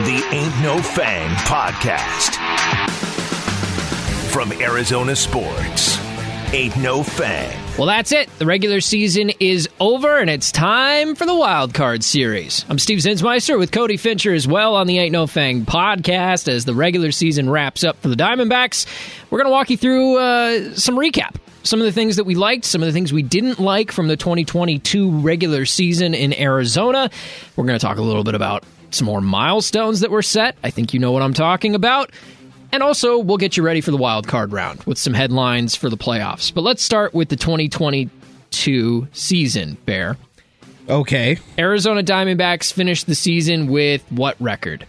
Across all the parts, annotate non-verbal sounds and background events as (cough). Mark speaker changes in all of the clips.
Speaker 1: The Ain't No Fang Podcast. From Arizona Sports, Ain't No Fang.
Speaker 2: Well, that's it. The regular season is over, and it's time for the wild card series. I'm Steve Zinsmeister with Cody Fincher as well on the Ain't No Fang podcast. As the regular season wraps up for the Diamondbacks, we're going to walk you through uh, some recap. Some of the things that we liked, some of the things we didn't like from the 2022 regular season in Arizona. We're going to talk a little bit about some more milestones that were set. I think you know what I'm talking about. And also, we'll get you ready for the wild card round with some headlines for the playoffs. But let's start with the 2022 season, Bear.
Speaker 3: Okay.
Speaker 2: Arizona Diamondbacks finished the season with what record?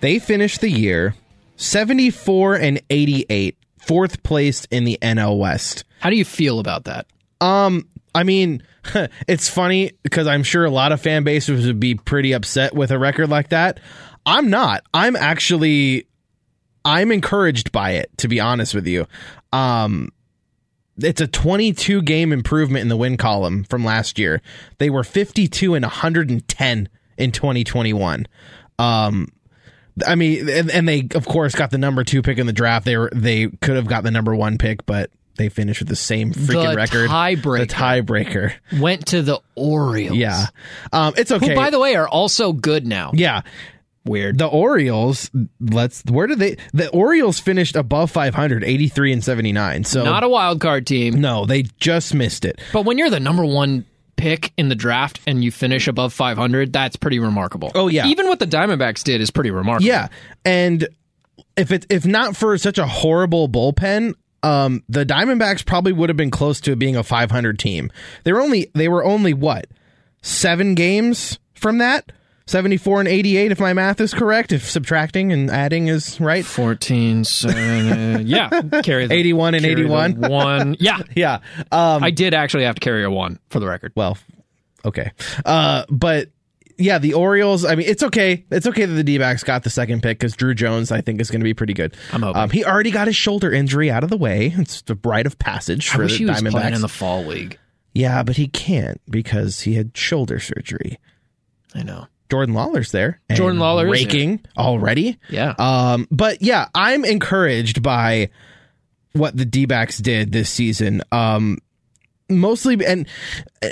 Speaker 3: They finished the year 74 and 88, fourth place in the NL West.
Speaker 2: How do you feel about that?
Speaker 3: Um, I mean, (laughs) it's funny because I'm sure a lot of fan bases would be pretty upset with a record like that. I'm not. I'm actually I'm encouraged by it to be honest with you. Um it's a 22 game improvement in the win column from last year. They were 52 and 110 in 2021. Um I mean and, and they of course got the number 2 pick in the draft. They were they could have got the number 1 pick but they finished with the same freaking
Speaker 2: The
Speaker 3: record.
Speaker 2: tiebreaker.
Speaker 3: The tiebreaker.
Speaker 2: Went to the Orioles.
Speaker 3: Yeah. Um, it's okay.
Speaker 2: Who, by the way, are also good now.
Speaker 3: yeah.
Speaker 2: Weird.
Speaker 3: The Orioles, let's where did they the Orioles finished above 500, 83 and 79. So
Speaker 2: Not a wild card team.
Speaker 3: no, they just missed it.
Speaker 2: But when you're the number one pick in the draft and you finish above 500, that's pretty remarkable.
Speaker 3: Oh, yeah.
Speaker 2: Even what the Diamondbacks did is pretty remarkable.
Speaker 3: Yeah. And if it if not for such a horrible bullpen, um the Diamondbacks probably would have been close to being a 500 team. They were only they were only what? 7 games from that? 74 and 88 if my math is correct, if subtracting and adding is right.
Speaker 2: 14, seven, uh, yeah, (laughs) carry the
Speaker 3: 81 and
Speaker 2: carry the
Speaker 3: 81.
Speaker 2: One,
Speaker 3: (laughs)
Speaker 2: yeah,
Speaker 3: Yeah. Um
Speaker 2: I did actually have to carry a one for the record.
Speaker 3: well, okay. Uh, but yeah, the Orioles, I mean, it's okay. It's okay that the D backs got the second pick because Drew Jones, I think, is going to be pretty good.
Speaker 2: I'm hoping.
Speaker 3: Um, he already got his shoulder injury out of the way. It's the rite of passage
Speaker 2: I
Speaker 3: for
Speaker 2: wish
Speaker 3: the
Speaker 2: he was playing
Speaker 3: Diamondbacks.
Speaker 2: in the fall league.
Speaker 3: yeah, but he can't because he had shoulder surgery.
Speaker 2: I know.
Speaker 3: Jordan Lawler's there. and
Speaker 2: Jordan Lawler is
Speaker 3: raking already.
Speaker 2: Yeah.
Speaker 3: Um, but yeah, I'm encouraged by what the D backs did this season. Um, mostly, and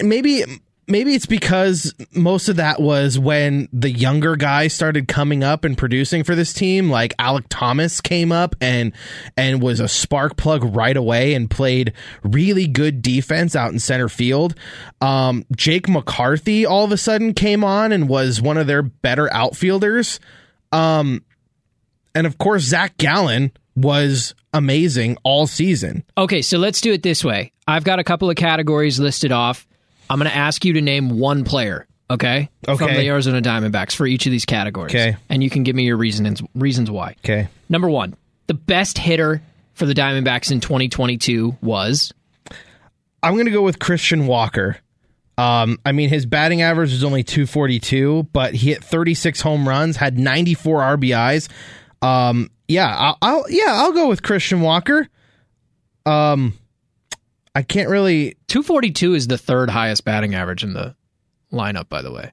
Speaker 3: maybe. Maybe it's because most of that was when the younger guys started coming up and producing for this team. Like Alec Thomas came up and and was a spark plug right away and played really good defense out in center field. Um, Jake McCarthy all of a sudden came on and was one of their better outfielders. And of course, Zach Gallen was amazing all season.
Speaker 2: Okay, so let's do it this way. I've got a couple of categories listed off. I'm going to ask you to name one player, okay? From
Speaker 3: Okay.
Speaker 2: the Arizona Diamondbacks for each of these categories.
Speaker 3: Okay.
Speaker 2: And you can give me your reasons reasons why.
Speaker 3: Okay.
Speaker 2: Number 1, the best hitter for the Diamondbacks in 2022 was
Speaker 3: I'm going to go with Christian Walker. Um, I mean, his batting average was only 242, but he hit 36 home runs, had 94 RBIs. Um, yeah, I'll, I'll yeah, I'll go with Christian Walker. Um, I can't really.
Speaker 2: 242 is the third highest batting average in the lineup, by the way.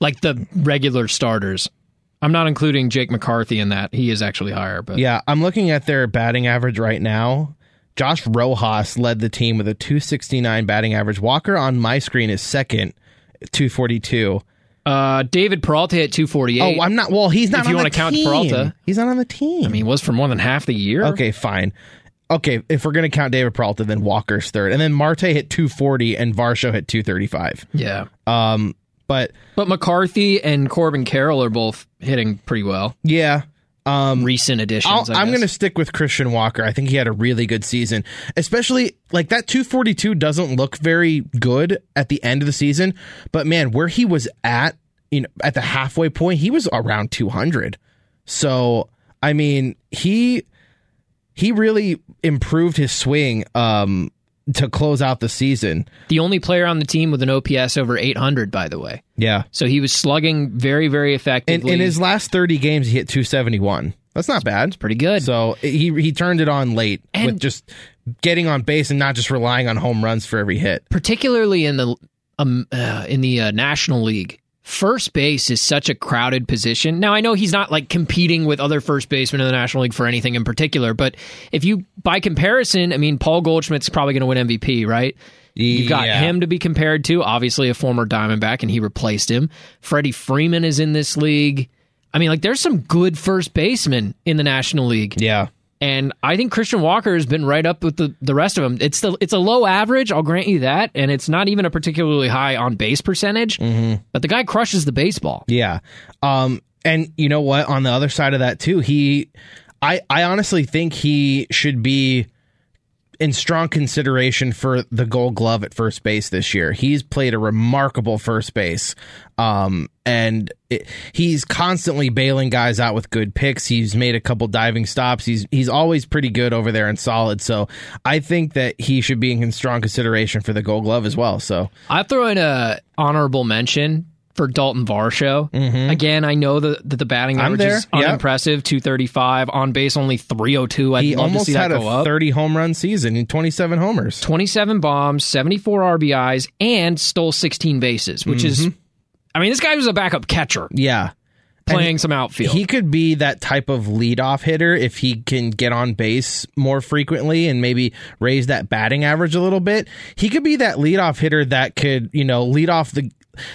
Speaker 2: Like the regular starters. I'm not including Jake McCarthy in that. He is actually higher, but
Speaker 3: Yeah, I'm looking at their batting average right now. Josh Rojas led the team with a 269 batting average. Walker on my screen is second, 242.
Speaker 2: uh, David Peralta hit 248.
Speaker 3: Oh, I'm not. Well, he's not.
Speaker 2: If you
Speaker 3: on
Speaker 2: wanna
Speaker 3: the
Speaker 2: count
Speaker 3: team.
Speaker 2: Peralta.
Speaker 3: he's not on the team.
Speaker 2: I mean, was for more than half the year.
Speaker 3: okay, fine. Okay, if we're gonna count David Peralta, then Walker's third, and then Marte hit 240 and Varsho hit 235.
Speaker 2: Yeah.
Speaker 3: Um, but
Speaker 2: But McCarthy and Corbin Carroll are both hitting pretty well.
Speaker 3: yeah, um,
Speaker 2: Recent additions.
Speaker 3: I'll,
Speaker 2: I
Speaker 3: I'm
Speaker 2: guess.
Speaker 3: gonna stick with Christian Walker. I think he had a really good season, especially like that 242 doesn't look very good at the end of the season, but man, where he was at, you know, at the halfway point, he was around 200. So I mean, he he really improved his swing um, to close out the season.
Speaker 2: The only player on the team with an OPS over 800, by the way.
Speaker 3: Yeah,
Speaker 2: So he was slugging very, very
Speaker 3: and
Speaker 2: effectively.
Speaker 3: in his last 30 games, he hit 271. That's not bad.
Speaker 2: pretty good.
Speaker 3: So he he turned it on late
Speaker 2: And-
Speaker 3: with just getting on base and not just relying on home runs for every hit.
Speaker 2: particularly in the um, uh, in the uh, National League. First base is such a crowded position. Now, I know he's not like competing with other first basemen in the National League for anything in particular, but if you, by comparison, I mean, Paul Goldschmidt's probably going to win MVP, right? You've got
Speaker 3: Yeah.
Speaker 2: him to be compared to, obviously a former Diamondback, and he replaced him. Freddie Freeman is in this league. I mean, like, there's some good first basemen in the National League.
Speaker 3: Yeah.
Speaker 2: And I think Christian Walker has been right up with the, the rest of them. It's the it's a low average, I'll grant you that, and it's not even a particularly high on base percentage.
Speaker 3: Mm-hmm.
Speaker 2: But the guy crushes the baseball.
Speaker 3: Yeah. Um and you know what on the other side of that too, he I I honestly think he should be in strong consideration for the gold glove at first base this year. He's played a remarkable first base. Um and it, he's constantly bailing guys out with good picks. He's made a couple diving stops. He's he's always pretty good over there and solid. So I think that he should be in strong consideration for the gold glove as well. So
Speaker 2: I throw in a honorable mention for Dalton Varsho. Again, I know that the, the batting
Speaker 3: Mm-hmm. I'm
Speaker 2: average is
Speaker 3: there, yeah.
Speaker 2: unimpressive, two thirty five on base, only three oh two. I'd
Speaker 3: he
Speaker 2: love to
Speaker 3: almost
Speaker 2: see that
Speaker 3: had a
Speaker 2: go up.
Speaker 3: 30 home run season and 27 homers.
Speaker 2: 27 bombs, 74 RBIs, and stole 16 bases, which is,
Speaker 3: Mm-hmm.
Speaker 2: I mean, this guy was a backup catcher
Speaker 3: Yeah.
Speaker 2: playing some outfield.
Speaker 3: He could be that type of leadoff hitter if he can get on base more frequently and maybe raise that batting average a little bit. He could be that leadoff hitter that could, you know, lead off the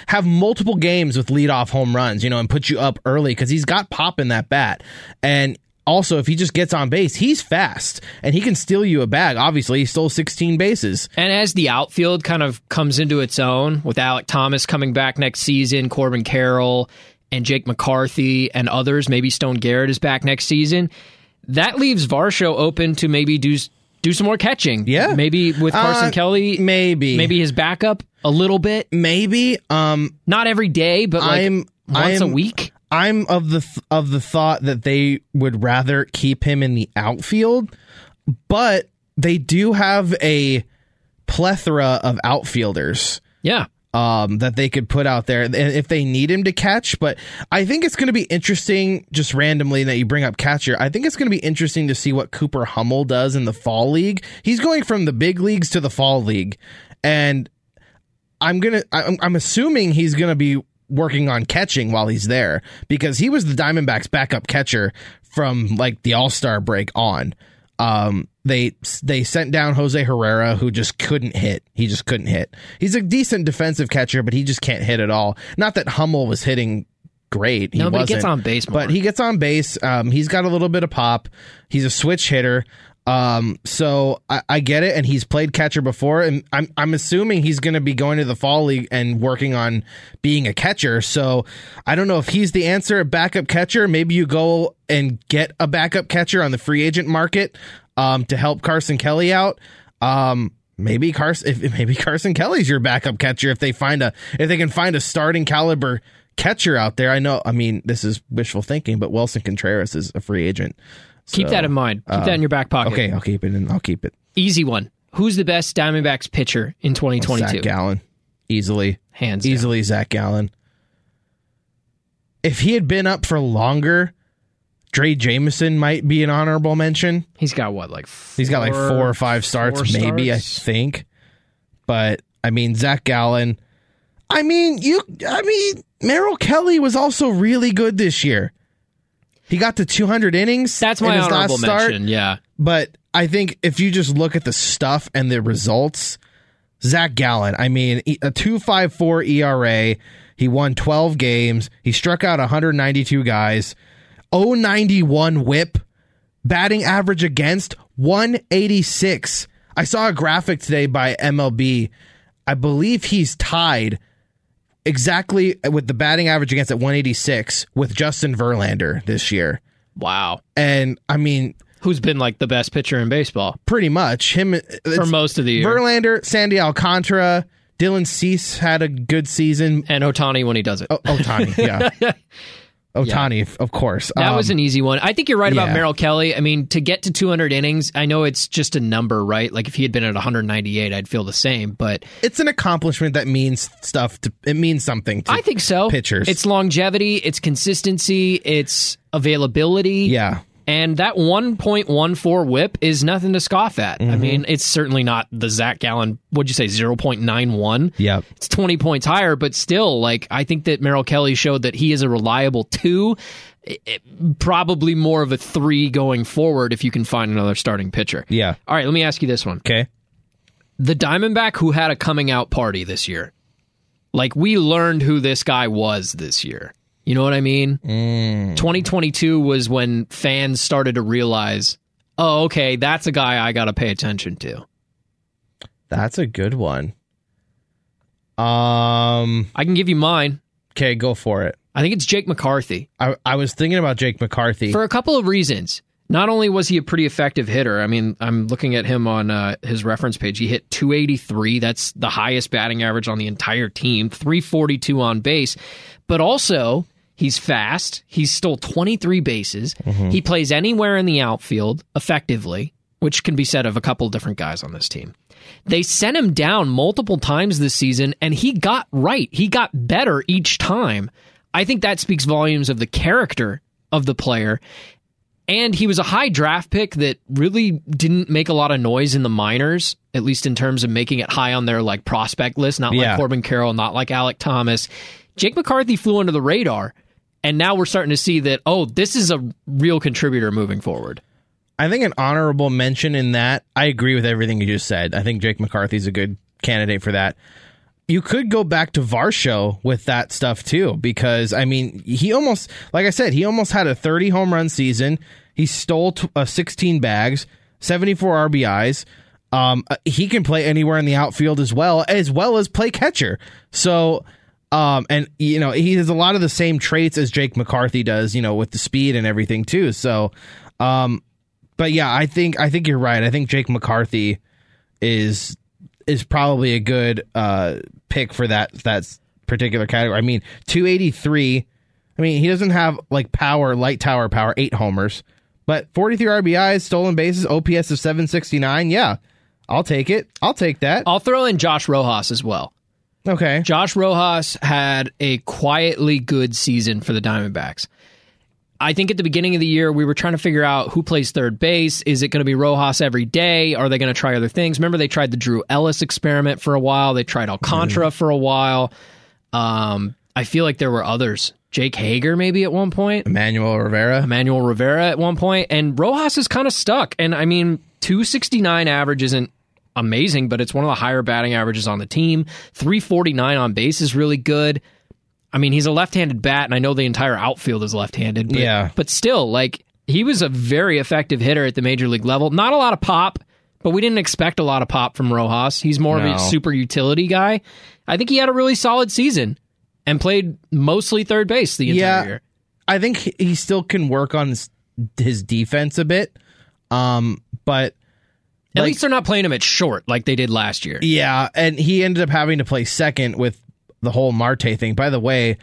Speaker 3: have multiple games with leadoff home runs, you know, and put you up early because he's got pop in that bat. And also, if he just gets on base, he's fast and he can steal you a bag. Obviously, he stole 16 bases.
Speaker 2: And as the outfield kind of comes into its own with Alec Thomas coming back next season, Corbin Carroll and Jake McCarthy and others, maybe Stone Garrett is back next season. That leaves Varsho open to maybe do do some more catching.
Speaker 3: Yeah.
Speaker 2: Maybe with Carson
Speaker 3: Uh,
Speaker 2: Kelly,
Speaker 3: Maybe,
Speaker 2: maybe his backup a little bit.
Speaker 3: maybe. Um,
Speaker 2: Not every day, but like
Speaker 3: I'm-
Speaker 2: once
Speaker 3: I'm-
Speaker 2: a week.
Speaker 3: I'm of the th- of the thought that they would rather keep him in the outfield, but they do have a plethora of outfielders
Speaker 2: Yeah.
Speaker 3: um, that they could put out there and if they need him to catch. But I think it's going to be interesting, just randomly that you bring up catcher. I think it's going to be interesting to see what Cooper Hummel does in the fall league. He's going from the big leagues to the fall league, and I'm gonna I- I'm, I'm assuming he's gonna be working on catching while he's there because he was the Diamondbacks backup catcher from like the All Star break on. Um, they they sent down Jose Herrera who just couldn't hit. He just couldn't hit. He's a decent defensive catcher, but he just can't hit at all. Not that Hummel was hitting great. He
Speaker 2: No, but he gets
Speaker 3: wasn't.
Speaker 2: on base more.
Speaker 3: But he gets on base. Um, he's got a little bit of pop. He's a switch hitter. Um, so I, I get it, and he's played catcher before, and I'm I'm assuming he's going to be going to the fall league and working on being a catcher. So I don't know if he's the answer, a backup catcher. Maybe you go and get a backup catcher on the free agent market um, to help Carson Kelly out. Um, maybe Carson, if, if maybe Carson Kelly's your backup catcher if they find a if they can find a starting caliber catcher out there. I know. I mean, this is wishful thinking, but Wilson Contreras is a free agent.
Speaker 2: Keep
Speaker 3: So, uh,
Speaker 2: that in mind. Keep that in your back pocket.
Speaker 3: Okay, I'll keep it and I'll keep it.
Speaker 2: Easy one. Who's the best Diamondbacks pitcher in
Speaker 3: Zach
Speaker 2: 2022?
Speaker 3: Gallen, easily,
Speaker 2: Hands down.
Speaker 3: easily Zach Gallen. If he had been up for longer, Dre Jameson might be an honorable mention.
Speaker 2: He's got what, like
Speaker 3: He's got like four or five starts,
Speaker 2: four
Speaker 3: maybe
Speaker 2: starts?
Speaker 3: I think. But I mean, Zach Gallen. I mean, you. I mean, Merrill Kelly was also really good this year. He got to 200 innings.
Speaker 2: That's
Speaker 3: in
Speaker 2: my
Speaker 3: his
Speaker 2: honorable
Speaker 3: last start,
Speaker 2: mention. Yeah,
Speaker 3: But I think if you just look at the stuff and the results, Zach Gallen. I mean, e- a 2.54 ERA. E He won 12 games. He struck out 192 guys. 091 whip batting average against 186. I saw a graphic today by MLB. I believe he's tied exactly with the batting average against at 186 with Justin Verlander this year.
Speaker 2: wow.
Speaker 3: And I mean,
Speaker 2: Who's been like the best pitcher in baseball
Speaker 3: pretty much him
Speaker 2: for
Speaker 3: it's
Speaker 2: most of the year?
Speaker 3: Verlander, Sandy Alcantara, Dylan Cease had a good season.
Speaker 2: and Otani when he does it.
Speaker 3: O-
Speaker 2: (laughs)
Speaker 3: Otani, yeah. Otani, f- of course.
Speaker 2: that
Speaker 3: Um,
Speaker 2: was an easy one. I think you're right about
Speaker 3: yeah.
Speaker 2: Merrill Kelly. I mean, to get to 200 innings, I know it's just a number, right? Like if he had been at 198, I'd feel the same. But
Speaker 3: it's an accomplishment that means stuff to it means something to
Speaker 2: I think so.
Speaker 3: pitchers.
Speaker 2: It's longevity. It's consistency. It's availability.
Speaker 3: yeah.
Speaker 2: And that 1.14 whip is nothing to scoff at. I
Speaker 3: Mm-hmm.
Speaker 2: mean, it's certainly not the Zach Gallen, what'd you say, 0.91?
Speaker 3: Yep.
Speaker 2: It's 20 points higher, but still, like, I think that Merrill Kelly showed that he is a reliable two, i- i- probably more of a three going forward if you can find another starting pitcher.
Speaker 3: Yeah.
Speaker 2: All right, let me ask you this one.
Speaker 3: Okay.
Speaker 2: The Diamondback who had a coming out party this year. Like, we learned who this guy was this year. You know what I mean? 2022 was when fans started to realize, oh, okay, that's a guy I got to pay attention to.
Speaker 3: That's a good one. Um.
Speaker 2: I can give you mine.
Speaker 3: Okay, go for it.
Speaker 2: I think it's Jake McCarthy.
Speaker 3: I, I was thinking about Jake McCarthy.
Speaker 2: for a couple of reasons. Not only was he a pretty effective hitter, I mean, I'm looking at him on uh, his reference page. He hit 283. That's the highest batting average on the entire team, 342 on base. But also, he's fast. He's stole 23 bases. He plays anywhere in the outfield effectively, which can be said of a couple different guys on this team. They sent him down multiple times this season, and he got right. He got better each time. I think that speaks volumes of the character of the player. And he was a high draft pick that really didn't make a lot of noise in the minors, at least in terms of making it high on their like prospect list, not
Speaker 3: Yeah.
Speaker 2: like Corbin Carroll, not like Alec Thomas. Jake McCarthy flew under the radar, and now we're starting to see that, oh, this is a real contributor moving forward.
Speaker 3: I think an honorable mention in that. I agree with everything you just said. I think Jake McCarthy's a good candidate for that. You could go back to Varsho with that stuff too, because I mean, he almost, like I said, he almost had a 30 home run season. He stole t- uh, 16 bags, 74 RBIs. Um, uh, he can play anywhere in the outfield as well, as well as play catcher. So, um, and you know, he has a lot of the same traits as Jake McCarthy does, you know, with the speed and everything too. So, um, but yeah, I think I think you're right. I think Jake McCarthy is is probably a good uh, pick for that that particular category. I mean, 283. I mean, he doesn't have like power, light tower power, eight homers, but 43 RBIs, stolen bases, OPS of 769. Yeah, I'll take it. I'll take that.
Speaker 2: I'll throw in Josh Rojas as well.
Speaker 3: Okay.
Speaker 2: Josh Rojas had a quietly good season for the Diamondbacks. I think at the beginning of the year, we were trying to figure out who plays third base. Is it going to be Rojas every day? Are they going to try other things? Remember, they tried the Drew Ellis experiment for a while, they tried Alcantara for a while. Um, I feel like there were others. Jake Hager, maybe at one point.
Speaker 3: Emmanuel Rivera.
Speaker 2: Emmanuel Rivera at one point, and Rojas is kind of stuck. And I mean, 269 average isn't amazing, but it's one of the higher batting averages on the team. 349 on base is really good. I mean, he's a left-handed bat, and I know the entire outfield is left-handed. But,
Speaker 3: Yeah.
Speaker 2: but still, like he was a very effective hitter at the major league level. Not a lot of pop, but we didn't expect a lot of pop from Rojas. He's more of
Speaker 3: No.
Speaker 2: a super utility guy. I think he had a really solid season and played mostly third base the entire
Speaker 3: Yeah.
Speaker 2: year.
Speaker 3: I think he- he still can work on his, his defense a bit. Um, but
Speaker 2: At
Speaker 3: Like-
Speaker 2: least they're not playing him at short like they did last year.
Speaker 3: Yeah, and he ended up having to play second with the whole Marte thing. By the way,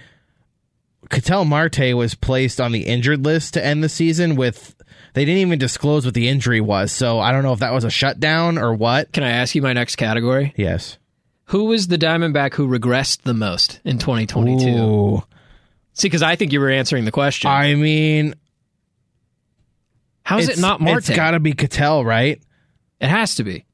Speaker 3: Cattell Marte was placed on the injured list to end the season with they didn't even disclose what the injury was. So I don't know if that was a shutdown or what.
Speaker 2: Can I ask you my next category?
Speaker 3: Yes.
Speaker 2: Who was the Diamondback who regressed the most in 2022?
Speaker 3: Ooh.
Speaker 2: See, because I think you were answering the question.
Speaker 3: I mean,
Speaker 2: How is it
Speaker 3: it's-
Speaker 2: not Marte?
Speaker 3: It's got to be Cattell, right?
Speaker 2: it has to be.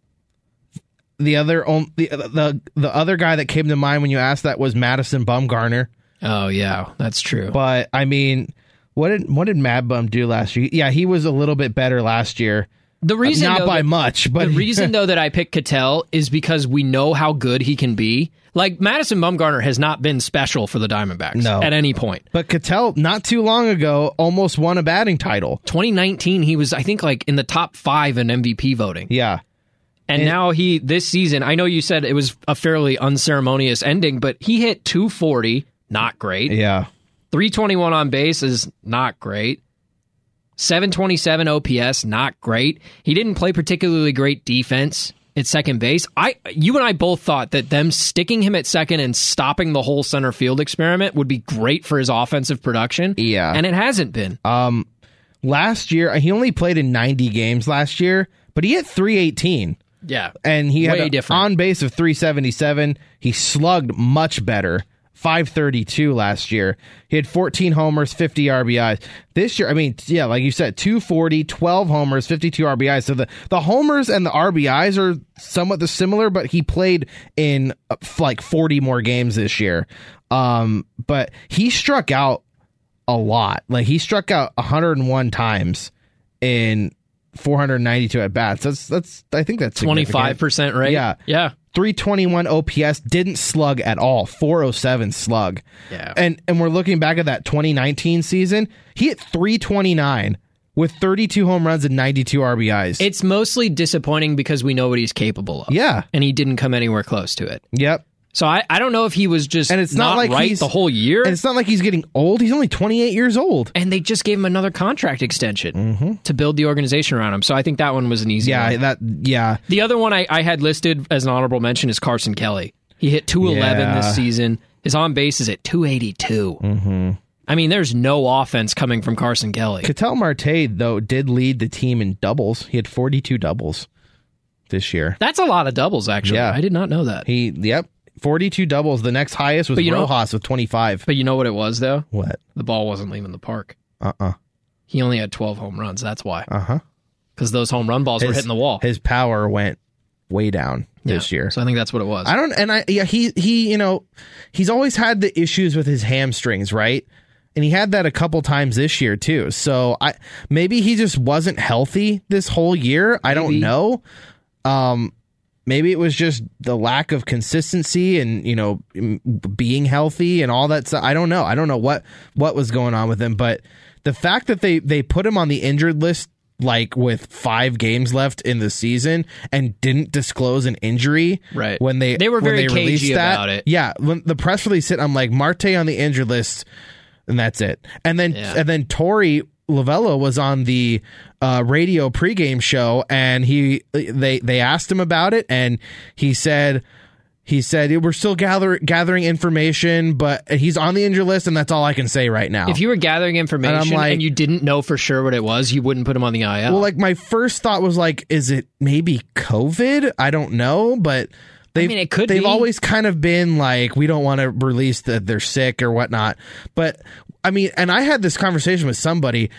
Speaker 3: The other on- the, the the other guy that came to mind when you asked that was Madison Bumgarner.
Speaker 2: Oh yeah, that's true.
Speaker 3: But I mean, what did what did Mad Bum do last year? Yeah, he was a little bit better last year.
Speaker 2: the reason
Speaker 3: not
Speaker 2: though,
Speaker 3: by
Speaker 2: that-
Speaker 3: much, but (laughs)
Speaker 2: the reason though that I picked Cattell is because we know how good he can be. Like Madison Bumgarner has not been special for the Diamondbacks
Speaker 3: No.
Speaker 2: at any point.
Speaker 3: But Cattell, not too long ago, almost won a batting title.
Speaker 2: 2019, he was I think like in the top five in MVP voting.
Speaker 3: Yeah,
Speaker 2: And, now he this season, I know you said it was a fairly unceremonious ending, but he hit 240, not great.
Speaker 3: yeah,
Speaker 2: 321 on base is not great. 727 OPS, not great. He didn't play particularly great defense at second base. I you and I both thought that them sticking him at second and stopping the whole center field experiment would be great for his offensive production.
Speaker 3: Yeah. Uh,
Speaker 2: And it hasn't been.
Speaker 3: Last year, he only played in ninety games last year, but he hit three eighteen,
Speaker 2: yeah.
Speaker 3: and he
Speaker 2: Way
Speaker 3: had an
Speaker 2: different.
Speaker 3: on base of three seventy seven. He slugged much better. 532 last year. He had 14 homers, 50 RBIs. This year, I mean, yeah, like you said, 240, 12 homers, 52 RBIs. So the, the homers and the RBIs are somewhat the similar, but he played in uh, f- like 40 more games this year. Um, but he struck out a lot. Like he struck out 101 times in 492 at bats. That's that's I think that's
Speaker 2: Twenty
Speaker 3: significant.
Speaker 2: five percent rate.
Speaker 3: Yeah.
Speaker 2: yeah.
Speaker 3: 321 OPS didn't slug at all. 407 slug.
Speaker 2: Yeah.
Speaker 3: And and we're looking back at that 2019 season. He hit 329 with 32 home runs and 92 RBIs.
Speaker 2: It's mostly disappointing because we know what he's capable of.
Speaker 3: yeah.
Speaker 2: and he didn't come anywhere close to it.
Speaker 3: Yep.
Speaker 2: So I, I don't know if he was just
Speaker 3: And it's not like
Speaker 2: right
Speaker 3: he's-
Speaker 2: the whole year.
Speaker 3: And it's not like he's getting old. He's only 28 years old.
Speaker 2: and they just gave him another contract extension to build the organization around him. So I think that one was an easy
Speaker 3: Mm-hmm. Yeah,
Speaker 2: one.
Speaker 3: that yeah.
Speaker 2: The other one I, I had listed as an honorable mention is Carson Kelly. He hit 211
Speaker 3: Yeah.
Speaker 2: this season. His on base is at 282. Mm-hmm. I mean, there's no offense coming from Carson Kelly.
Speaker 3: Cattell Marte though did lead the team in doubles. He had 42 doubles this year.
Speaker 2: That's a lot of doubles, actually.
Speaker 3: Yeah.
Speaker 2: I did not know that.
Speaker 3: He yep, 42 doubles. The next highest was
Speaker 2: But you know-
Speaker 3: Rojas with 25.
Speaker 2: But you know what it was, though?
Speaker 3: What?
Speaker 2: The ball wasn't leaving the park.
Speaker 3: Uh-uh.
Speaker 2: He only had 12 home runs. That's why.
Speaker 3: Uh-huh.
Speaker 2: Because those home run balls were hitting the wall
Speaker 3: His power went way down
Speaker 2: Yeah.
Speaker 3: this year.
Speaker 2: So I think that's what it was.
Speaker 3: I don't, and I, yeah, he, he, you know, he's always had the issues with his hamstrings, right? And he had that a couple times this year too. So I, maybe he just wasn't healthy this whole year. I don't
Speaker 2: Maybe.
Speaker 3: know. Um, maybe it was just the lack of consistency and you know m- being healthy and all that stuff. I don't know. I don't know what what was going on with him, but the fact that they they put him on the injured list like with 5 games left in the season and didn't disclose an injury
Speaker 2: Right.
Speaker 3: when they
Speaker 2: They were
Speaker 3: when
Speaker 2: very
Speaker 3: they released
Speaker 2: cagey
Speaker 3: that,
Speaker 2: about it.
Speaker 3: Yeah, when the press release hit I'm like Marte on the injured list and that's it. And then
Speaker 2: Yeah.
Speaker 3: and then Tori Lavello was on the uh, radio pregame show, and he they they asked him about it, and he said he said we're still gather, gathering information, but he's on the injury list, and that's all I can say right now.
Speaker 2: if you were gathering information and,
Speaker 3: like-
Speaker 2: you didn't know for sure what it was, you wouldn't put him on the IL.
Speaker 3: well, like my first thought was like, is it maybe COVID? I don't know, but. They've,
Speaker 2: mean, it could
Speaker 3: They've
Speaker 2: be.
Speaker 3: always kind of been like, we don't want to release that they're sick or whatnot. But I mean, and I had this conversation with somebody.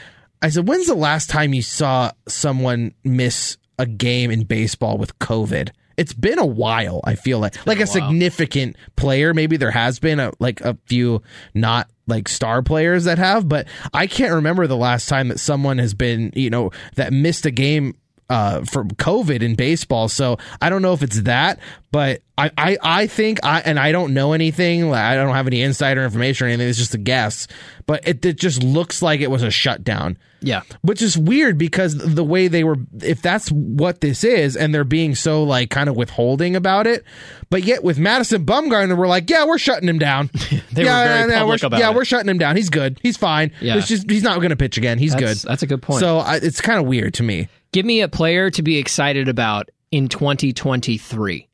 Speaker 3: I said, when's the last time you saw someone miss a game in baseball with COVID? It's been a while. I feel like like a, significant player. Maybe there has been a, like a few not like star players that have, but I can't remember the last time that someone has been you know that missed a game uh, from COVID in baseball. So I don't know if it's that, but I, I, I think I and I don't know anything. Like, I don't have any insider information or anything. It's just a guess. But it, it just looks like it was a shutdown,
Speaker 2: yeah.
Speaker 3: which is weird because the way they were, if that's what this is, and they're being so like kind of withholding about it. But yet with Madison Bumgarner, we're like, yeah, we're shutting him down.
Speaker 2: (laughs) They were very public
Speaker 3: we're,
Speaker 2: about
Speaker 3: yeah,
Speaker 2: it.
Speaker 3: we're shutting him down. He's good. He's fine.
Speaker 2: Yeah.
Speaker 3: It's just he's not going to pitch again. He's
Speaker 2: That's-
Speaker 3: good.
Speaker 2: that's a good point.
Speaker 3: So I, it's kind of weird to me.
Speaker 2: Give me a player to be excited about in 2023.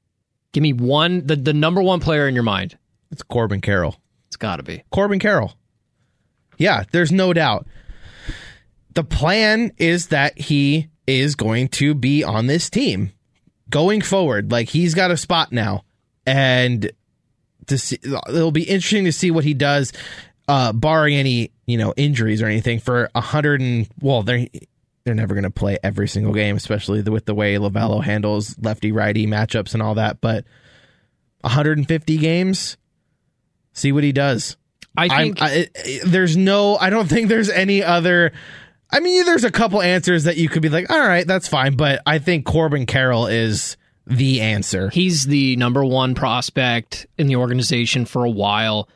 Speaker 2: Give me one, the, the number one player in your mind.
Speaker 3: It's Corbin Carroll.
Speaker 2: It's got to be.
Speaker 3: Corbin Carroll. Yeah, there's no doubt. The plan is that he is going to be on this team going forward. Like he's got a spot now, and to see, it'll be interesting to see what he does, uh, barring any you know injuries or anything. For a hundred and well, they're they're never going to play every single game, especially the, with the way Lavello handles lefty righty matchups and all that. But 150 games, see what he does.
Speaker 2: I
Speaker 3: I'm,
Speaker 2: think
Speaker 3: I, I- there's no. I don't think there's any other. I mean, there's a couple answers that you could be like, all right, that's fine, but I think Corbin Carroll is the answer.
Speaker 2: he's the number one prospect in the organization for a while.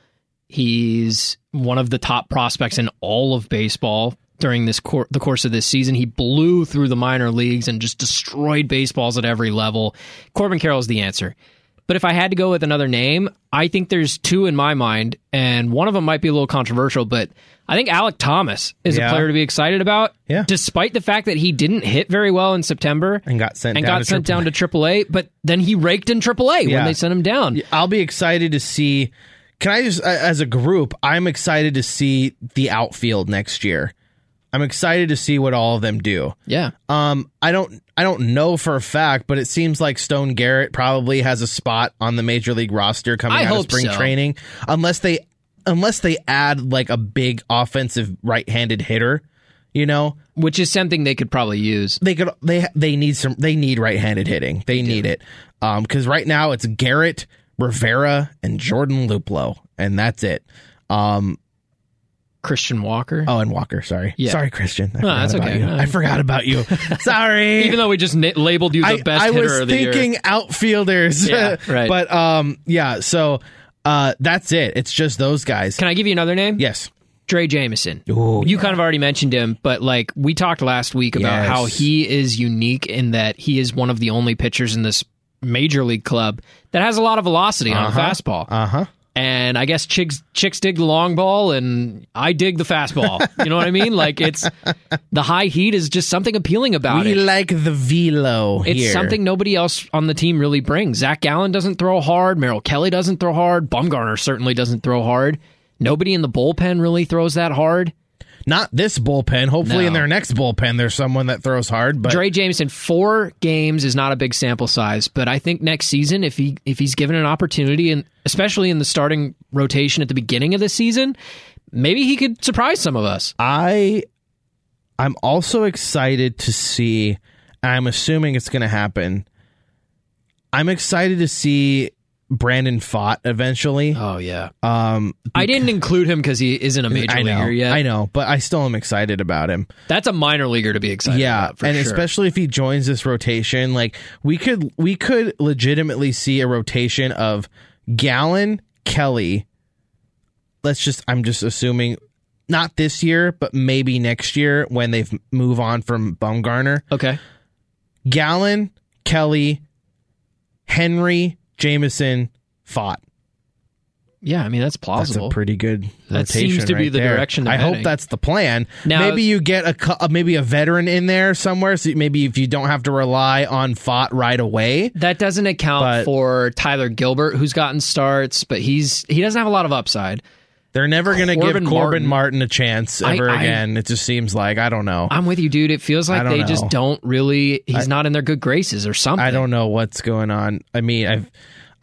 Speaker 2: He's one of the top prospects in all of baseball during this cour- the course of this season. He blew through the minor leagues and just destroyed baseballs at every level. Corbin Carroll's the answer. But if I had to go with another name, I think there's two in my mind, and one of them might be a little controversial, but I think Alec Thomas is
Speaker 3: Yeah.
Speaker 2: a player to be excited about.
Speaker 3: Yeah.
Speaker 2: Despite the fact that he didn't hit very well in September
Speaker 3: And got sent
Speaker 2: and
Speaker 3: down
Speaker 2: got
Speaker 3: to
Speaker 2: sent down to AAA, but then he raked in AAA when
Speaker 3: Yeah.
Speaker 2: they sent him down.
Speaker 3: I'll be excited to see. Can I just, a- as a group, I'm excited to see the outfield next year. I'm excited to see what all of them do.
Speaker 2: Yeah.
Speaker 3: Um, I don't I don't know for a fact, but it seems like Stone Garrett probably has a spot on the major league roster coming
Speaker 2: I
Speaker 3: out of
Speaker 2: hope
Speaker 3: spring
Speaker 2: so.
Speaker 3: training, unless they unless they add like a big offensive right-handed hitter. You know,
Speaker 2: Which is something they could probably use.
Speaker 3: they could they they need some they need right-handed hitting. They need it because right now it's Garrett, Rivera, and Jordan Luplo, and that's it. Um,
Speaker 2: Christian Walker.
Speaker 3: oh, and Walker. Sorry,
Speaker 2: Yeah.
Speaker 3: sorry, Christian. I forgot
Speaker 2: that's
Speaker 3: about
Speaker 2: okay.
Speaker 3: you.
Speaker 2: No.
Speaker 3: I forgot
Speaker 2: (laughs)
Speaker 3: about you. sorry.
Speaker 2: Even though we just na- labeled you the
Speaker 3: I,
Speaker 2: best
Speaker 3: I
Speaker 2: hitter
Speaker 3: was
Speaker 2: of the year.
Speaker 3: thinking outfielders. (laughs)
Speaker 2: Yeah, right.
Speaker 3: But um, yeah. So uh, that's it. It's just those guys.
Speaker 2: Can I give you another name?
Speaker 3: yes.
Speaker 2: Dre Jameson.
Speaker 3: Ooh,
Speaker 2: you kind of already mentioned him, but like we talked last week about
Speaker 3: Yes.
Speaker 2: how he is unique in that he is one of the only pitchers in this major league club that has a lot of velocity on a fastball.
Speaker 3: Uh huh.
Speaker 2: and I guess chicks chicks dig the long ball, and I dig the fastball. You know what I mean? Like it's the high heat is just something appealing about
Speaker 3: We
Speaker 2: it.
Speaker 3: like the velo
Speaker 2: It's
Speaker 3: here.
Speaker 2: something nobody else on the team really brings. Zach Gallen doesn't throw hard. Merrill Kelly doesn't throw hard. Bumgarner certainly doesn't throw hard. Nobody in the bullpen really throws that hard.
Speaker 3: Not this bullpen. Hopefully,
Speaker 2: No.
Speaker 3: in their next bullpen, there's someone that throws hard. But
Speaker 2: Dre Jameson, four games is not a big sample size, but I think next season, if he if he's given an opportunity, and especially in the starting rotation at the beginning of the season, maybe he could surprise some of us.
Speaker 3: I, I'm also excited to see. and I'm assuming it's going to happen. I'm excited to see Brandon Fott eventually.
Speaker 2: Oh yeah,
Speaker 3: Um,
Speaker 2: I didn't include him because he isn't a major
Speaker 3: I know,
Speaker 2: leaguer yet.
Speaker 3: I know, but I still am excited about him.
Speaker 2: That's a minor leaguer to be excited.
Speaker 3: yeah
Speaker 2: about, for
Speaker 3: and
Speaker 2: sure.
Speaker 3: especially if he joins this rotation like we could we could legitimately see a rotation of Gallon Kelly let's just I'm just assuming not this year but maybe next year when they move on from Bumgarner
Speaker 2: okay,
Speaker 3: Gallon Kelly Henry Jameson Fott
Speaker 2: yeah, I mean that's
Speaker 3: that's
Speaker 2: plausible.
Speaker 3: a pretty good
Speaker 2: That
Speaker 3: rotation
Speaker 2: seems to be
Speaker 3: right
Speaker 2: the
Speaker 3: there.
Speaker 2: direction they're
Speaker 3: I hope
Speaker 2: heading.
Speaker 3: that's the plan.
Speaker 2: Now-
Speaker 3: maybe you get a cou- uh, maybe a veteran in there somewhere. So maybe if you don't have to rely on Fott right away.
Speaker 2: that doesn't account
Speaker 3: But-
Speaker 2: for Tyler Gilbert, who's gotten starts, but he's he doesn't have a lot of upside.
Speaker 3: They're never going to give
Speaker 2: Corbin
Speaker 3: Corbin
Speaker 2: Martin.
Speaker 3: Martin. a chance
Speaker 2: I-
Speaker 3: ever
Speaker 2: I-
Speaker 3: again. it just seems like I don't know. I,
Speaker 2: I'm with you, dude. It feels like
Speaker 3: don't
Speaker 2: they just
Speaker 3: know.
Speaker 2: don't really. He's not in their good graces or something.
Speaker 3: don't know what's going on. I mean, I've.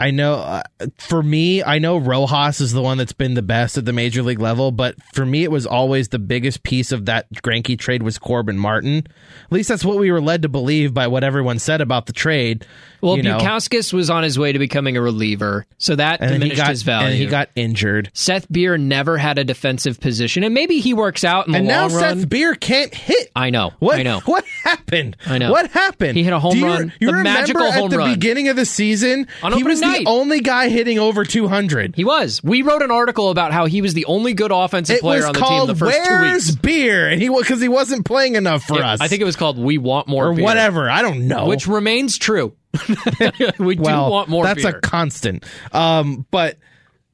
Speaker 3: I know uh, for me, I know Rojas is the one that's been the best at the major league level, but for me, it was always the biggest piece of that Granky trade was Corbin Martin. At least that's what we were led to believe by what everyone said about the trade.
Speaker 2: Well,
Speaker 3: you know.
Speaker 2: Bukowskis was on his way to becoming a reliever, so that
Speaker 3: and then he
Speaker 2: diminished
Speaker 3: got
Speaker 2: his value.
Speaker 3: and he got injured.
Speaker 2: Seth Beer never had a defensive position, and maybe he works out in the
Speaker 3: And now
Speaker 2: long run.
Speaker 3: Seth Beer can't hit.
Speaker 2: I know.
Speaker 3: What,
Speaker 2: I know.
Speaker 3: What happened?
Speaker 2: I know.
Speaker 3: What happened?
Speaker 2: He hit a home
Speaker 3: Do you,
Speaker 2: run,
Speaker 3: You
Speaker 2: the
Speaker 3: remember
Speaker 2: magical
Speaker 3: at
Speaker 2: home
Speaker 3: the
Speaker 2: run.
Speaker 3: beginning of the season,
Speaker 2: On
Speaker 3: he
Speaker 2: opening
Speaker 3: was
Speaker 2: night.
Speaker 3: the only guy hitting over 200.
Speaker 2: He was. We wrote an article about how he was the only good offensive
Speaker 3: It
Speaker 2: player
Speaker 3: was
Speaker 2: on the team
Speaker 3: called
Speaker 2: the first two
Speaker 3: "Where's
Speaker 2: weeks.
Speaker 3: Beer?" and he because he wasn't playing enough for us.
Speaker 2: I think it was called "We Want More"
Speaker 3: or
Speaker 2: Beer,
Speaker 3: whatever. I don't know.
Speaker 2: which remains true. (laughs) we
Speaker 3: well,
Speaker 2: do want more.
Speaker 3: That's
Speaker 2: beer.
Speaker 3: a constant. Um, but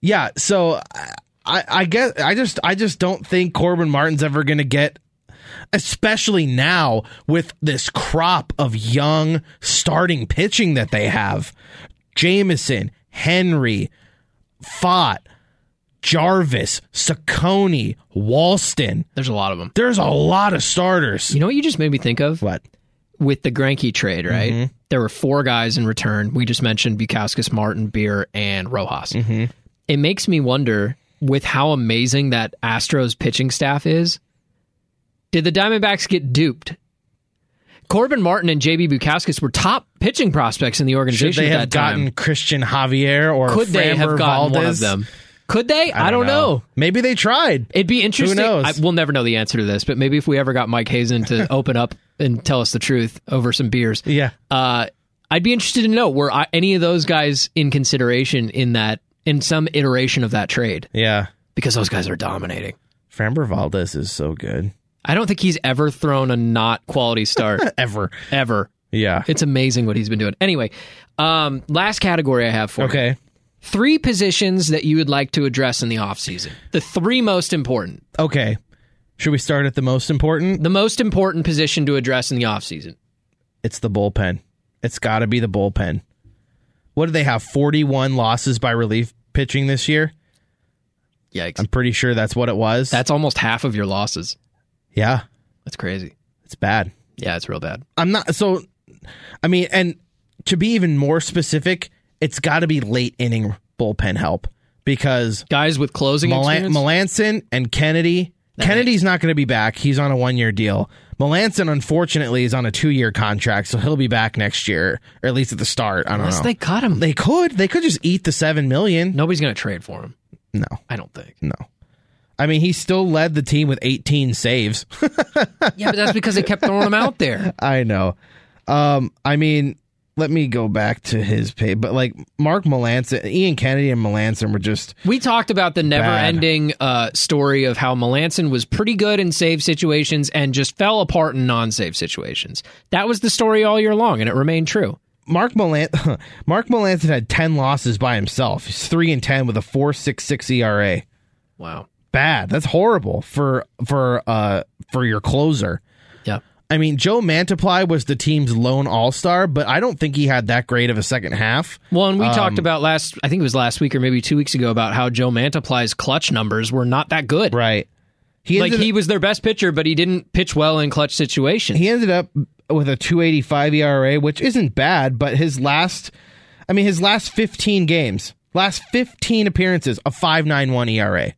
Speaker 3: yeah, so I, I guess I just I just don't think Corbin Martin's ever going to get, especially now with this crop of young starting pitching that they have, Jameson, Henry, Fott, Jarvis, Saccone, Walston.
Speaker 2: There's a lot of them.
Speaker 3: There's a lot of starters.
Speaker 2: You know what you just made me think of
Speaker 3: What?
Speaker 2: with the Granky trade, right?
Speaker 3: Mm-hmm.
Speaker 2: There were four guys in return. We just mentioned Bukowskis, Martin, Beer, and Rojas.
Speaker 3: Mm-hmm.
Speaker 2: It makes me wonder with how amazing that Astros pitching staff is. Did the Diamondbacks get duped? Corbin Martin and JB Bukowskis were top pitching prospects in the
Speaker 3: Should
Speaker 2: organization
Speaker 3: they
Speaker 2: at
Speaker 3: have
Speaker 2: that time.
Speaker 3: gotten Christian Javier or
Speaker 2: Could they have
Speaker 3: Framber
Speaker 2: gotten one of
Speaker 3: Valdez?
Speaker 2: them? Could they? I, don't know.
Speaker 3: Maybe they tried.
Speaker 2: It'd be interesting.
Speaker 3: knows?
Speaker 2: I, we'll never know the answer to this, but maybe if we ever got Mike Hazen
Speaker 3: (laughs)
Speaker 2: to open up and tell us the truth over some beers,
Speaker 3: Yeah.
Speaker 2: uh, I'd be interested to know were I, any of those guys in consideration in that in some iteration of that trade
Speaker 3: Yeah.
Speaker 2: because those guys are dominating.
Speaker 3: Framber Valdez is so good.
Speaker 2: I don't think he's ever thrown a not quality
Speaker 3: (laughs)
Speaker 2: start
Speaker 3: Ever.
Speaker 2: ever.
Speaker 3: Yeah.
Speaker 2: It's amazing what he's been doing. Anyway, um, last category I have for you.
Speaker 3: Okay.
Speaker 2: three positions that you would like to address in the offseason. The three most important.
Speaker 3: Okay. Should we start at the most important?
Speaker 2: The most important position to address in the offseason.
Speaker 3: It's the bullpen. It's got to be the bullpen. What do they have? 41 losses by relief pitching this year?
Speaker 2: Yikes.
Speaker 3: I'm pretty sure that's what it was.
Speaker 2: That's almost half of your losses.
Speaker 3: yeah.
Speaker 2: That's crazy.
Speaker 3: It's bad.
Speaker 2: Yeah, it's real bad.
Speaker 3: I'm not so. I mean, and to be even more specific, it's got to be late inning bullpen help because
Speaker 2: Guys with closing
Speaker 3: Melan-
Speaker 2: experience.
Speaker 3: Melanson and Kennedy. Kennedy's not going to be back. He's on a one year deal. Melanson, unfortunately, is on a two year contract, so he'll be back next year, or at least at the start. I don't
Speaker 2: Unless
Speaker 3: know.
Speaker 2: they cut him,
Speaker 3: they could. They could just eat the seven million.
Speaker 2: nobody's going to trade for him.
Speaker 3: No,
Speaker 2: I don't think.
Speaker 3: no. I mean, he still led the team with 18 saves.
Speaker 2: Yeah, but that's because they kept throwing him out there.
Speaker 3: I know. Um, I mean, let me go back to his pay, but like Mark Melanson, Ian Kennedy, and Melanson were just
Speaker 2: We talked about the never-ending uh, story of how Melanson was pretty good in save situations and just fell apart in non-save situations. That was the story all year long, and it remained true.
Speaker 3: Mark Melan- (laughs) Mark Melanson had ten losses by himself. He's three and ten with a four six six ERA.
Speaker 2: Wow.
Speaker 3: Bad. That's horrible for for uh for your closer.
Speaker 2: Yeah.
Speaker 3: I mean, Joe Mantiply was the team's lone all star, but I don't think he had that great of a second half.
Speaker 2: Well, and we
Speaker 3: Um,
Speaker 2: talked about last, I think it was last week or maybe two weeks ago, about how Joe Mantiply's clutch numbers were not that good.
Speaker 3: Right. He
Speaker 2: Like
Speaker 3: ended,
Speaker 2: he was their best pitcher, but he didn't pitch well in clutch situations.
Speaker 3: he ended up with a 285 ERA, which isn't bad, but his last I mean his last 15 games, last 15 appearances, a 591 ERA. E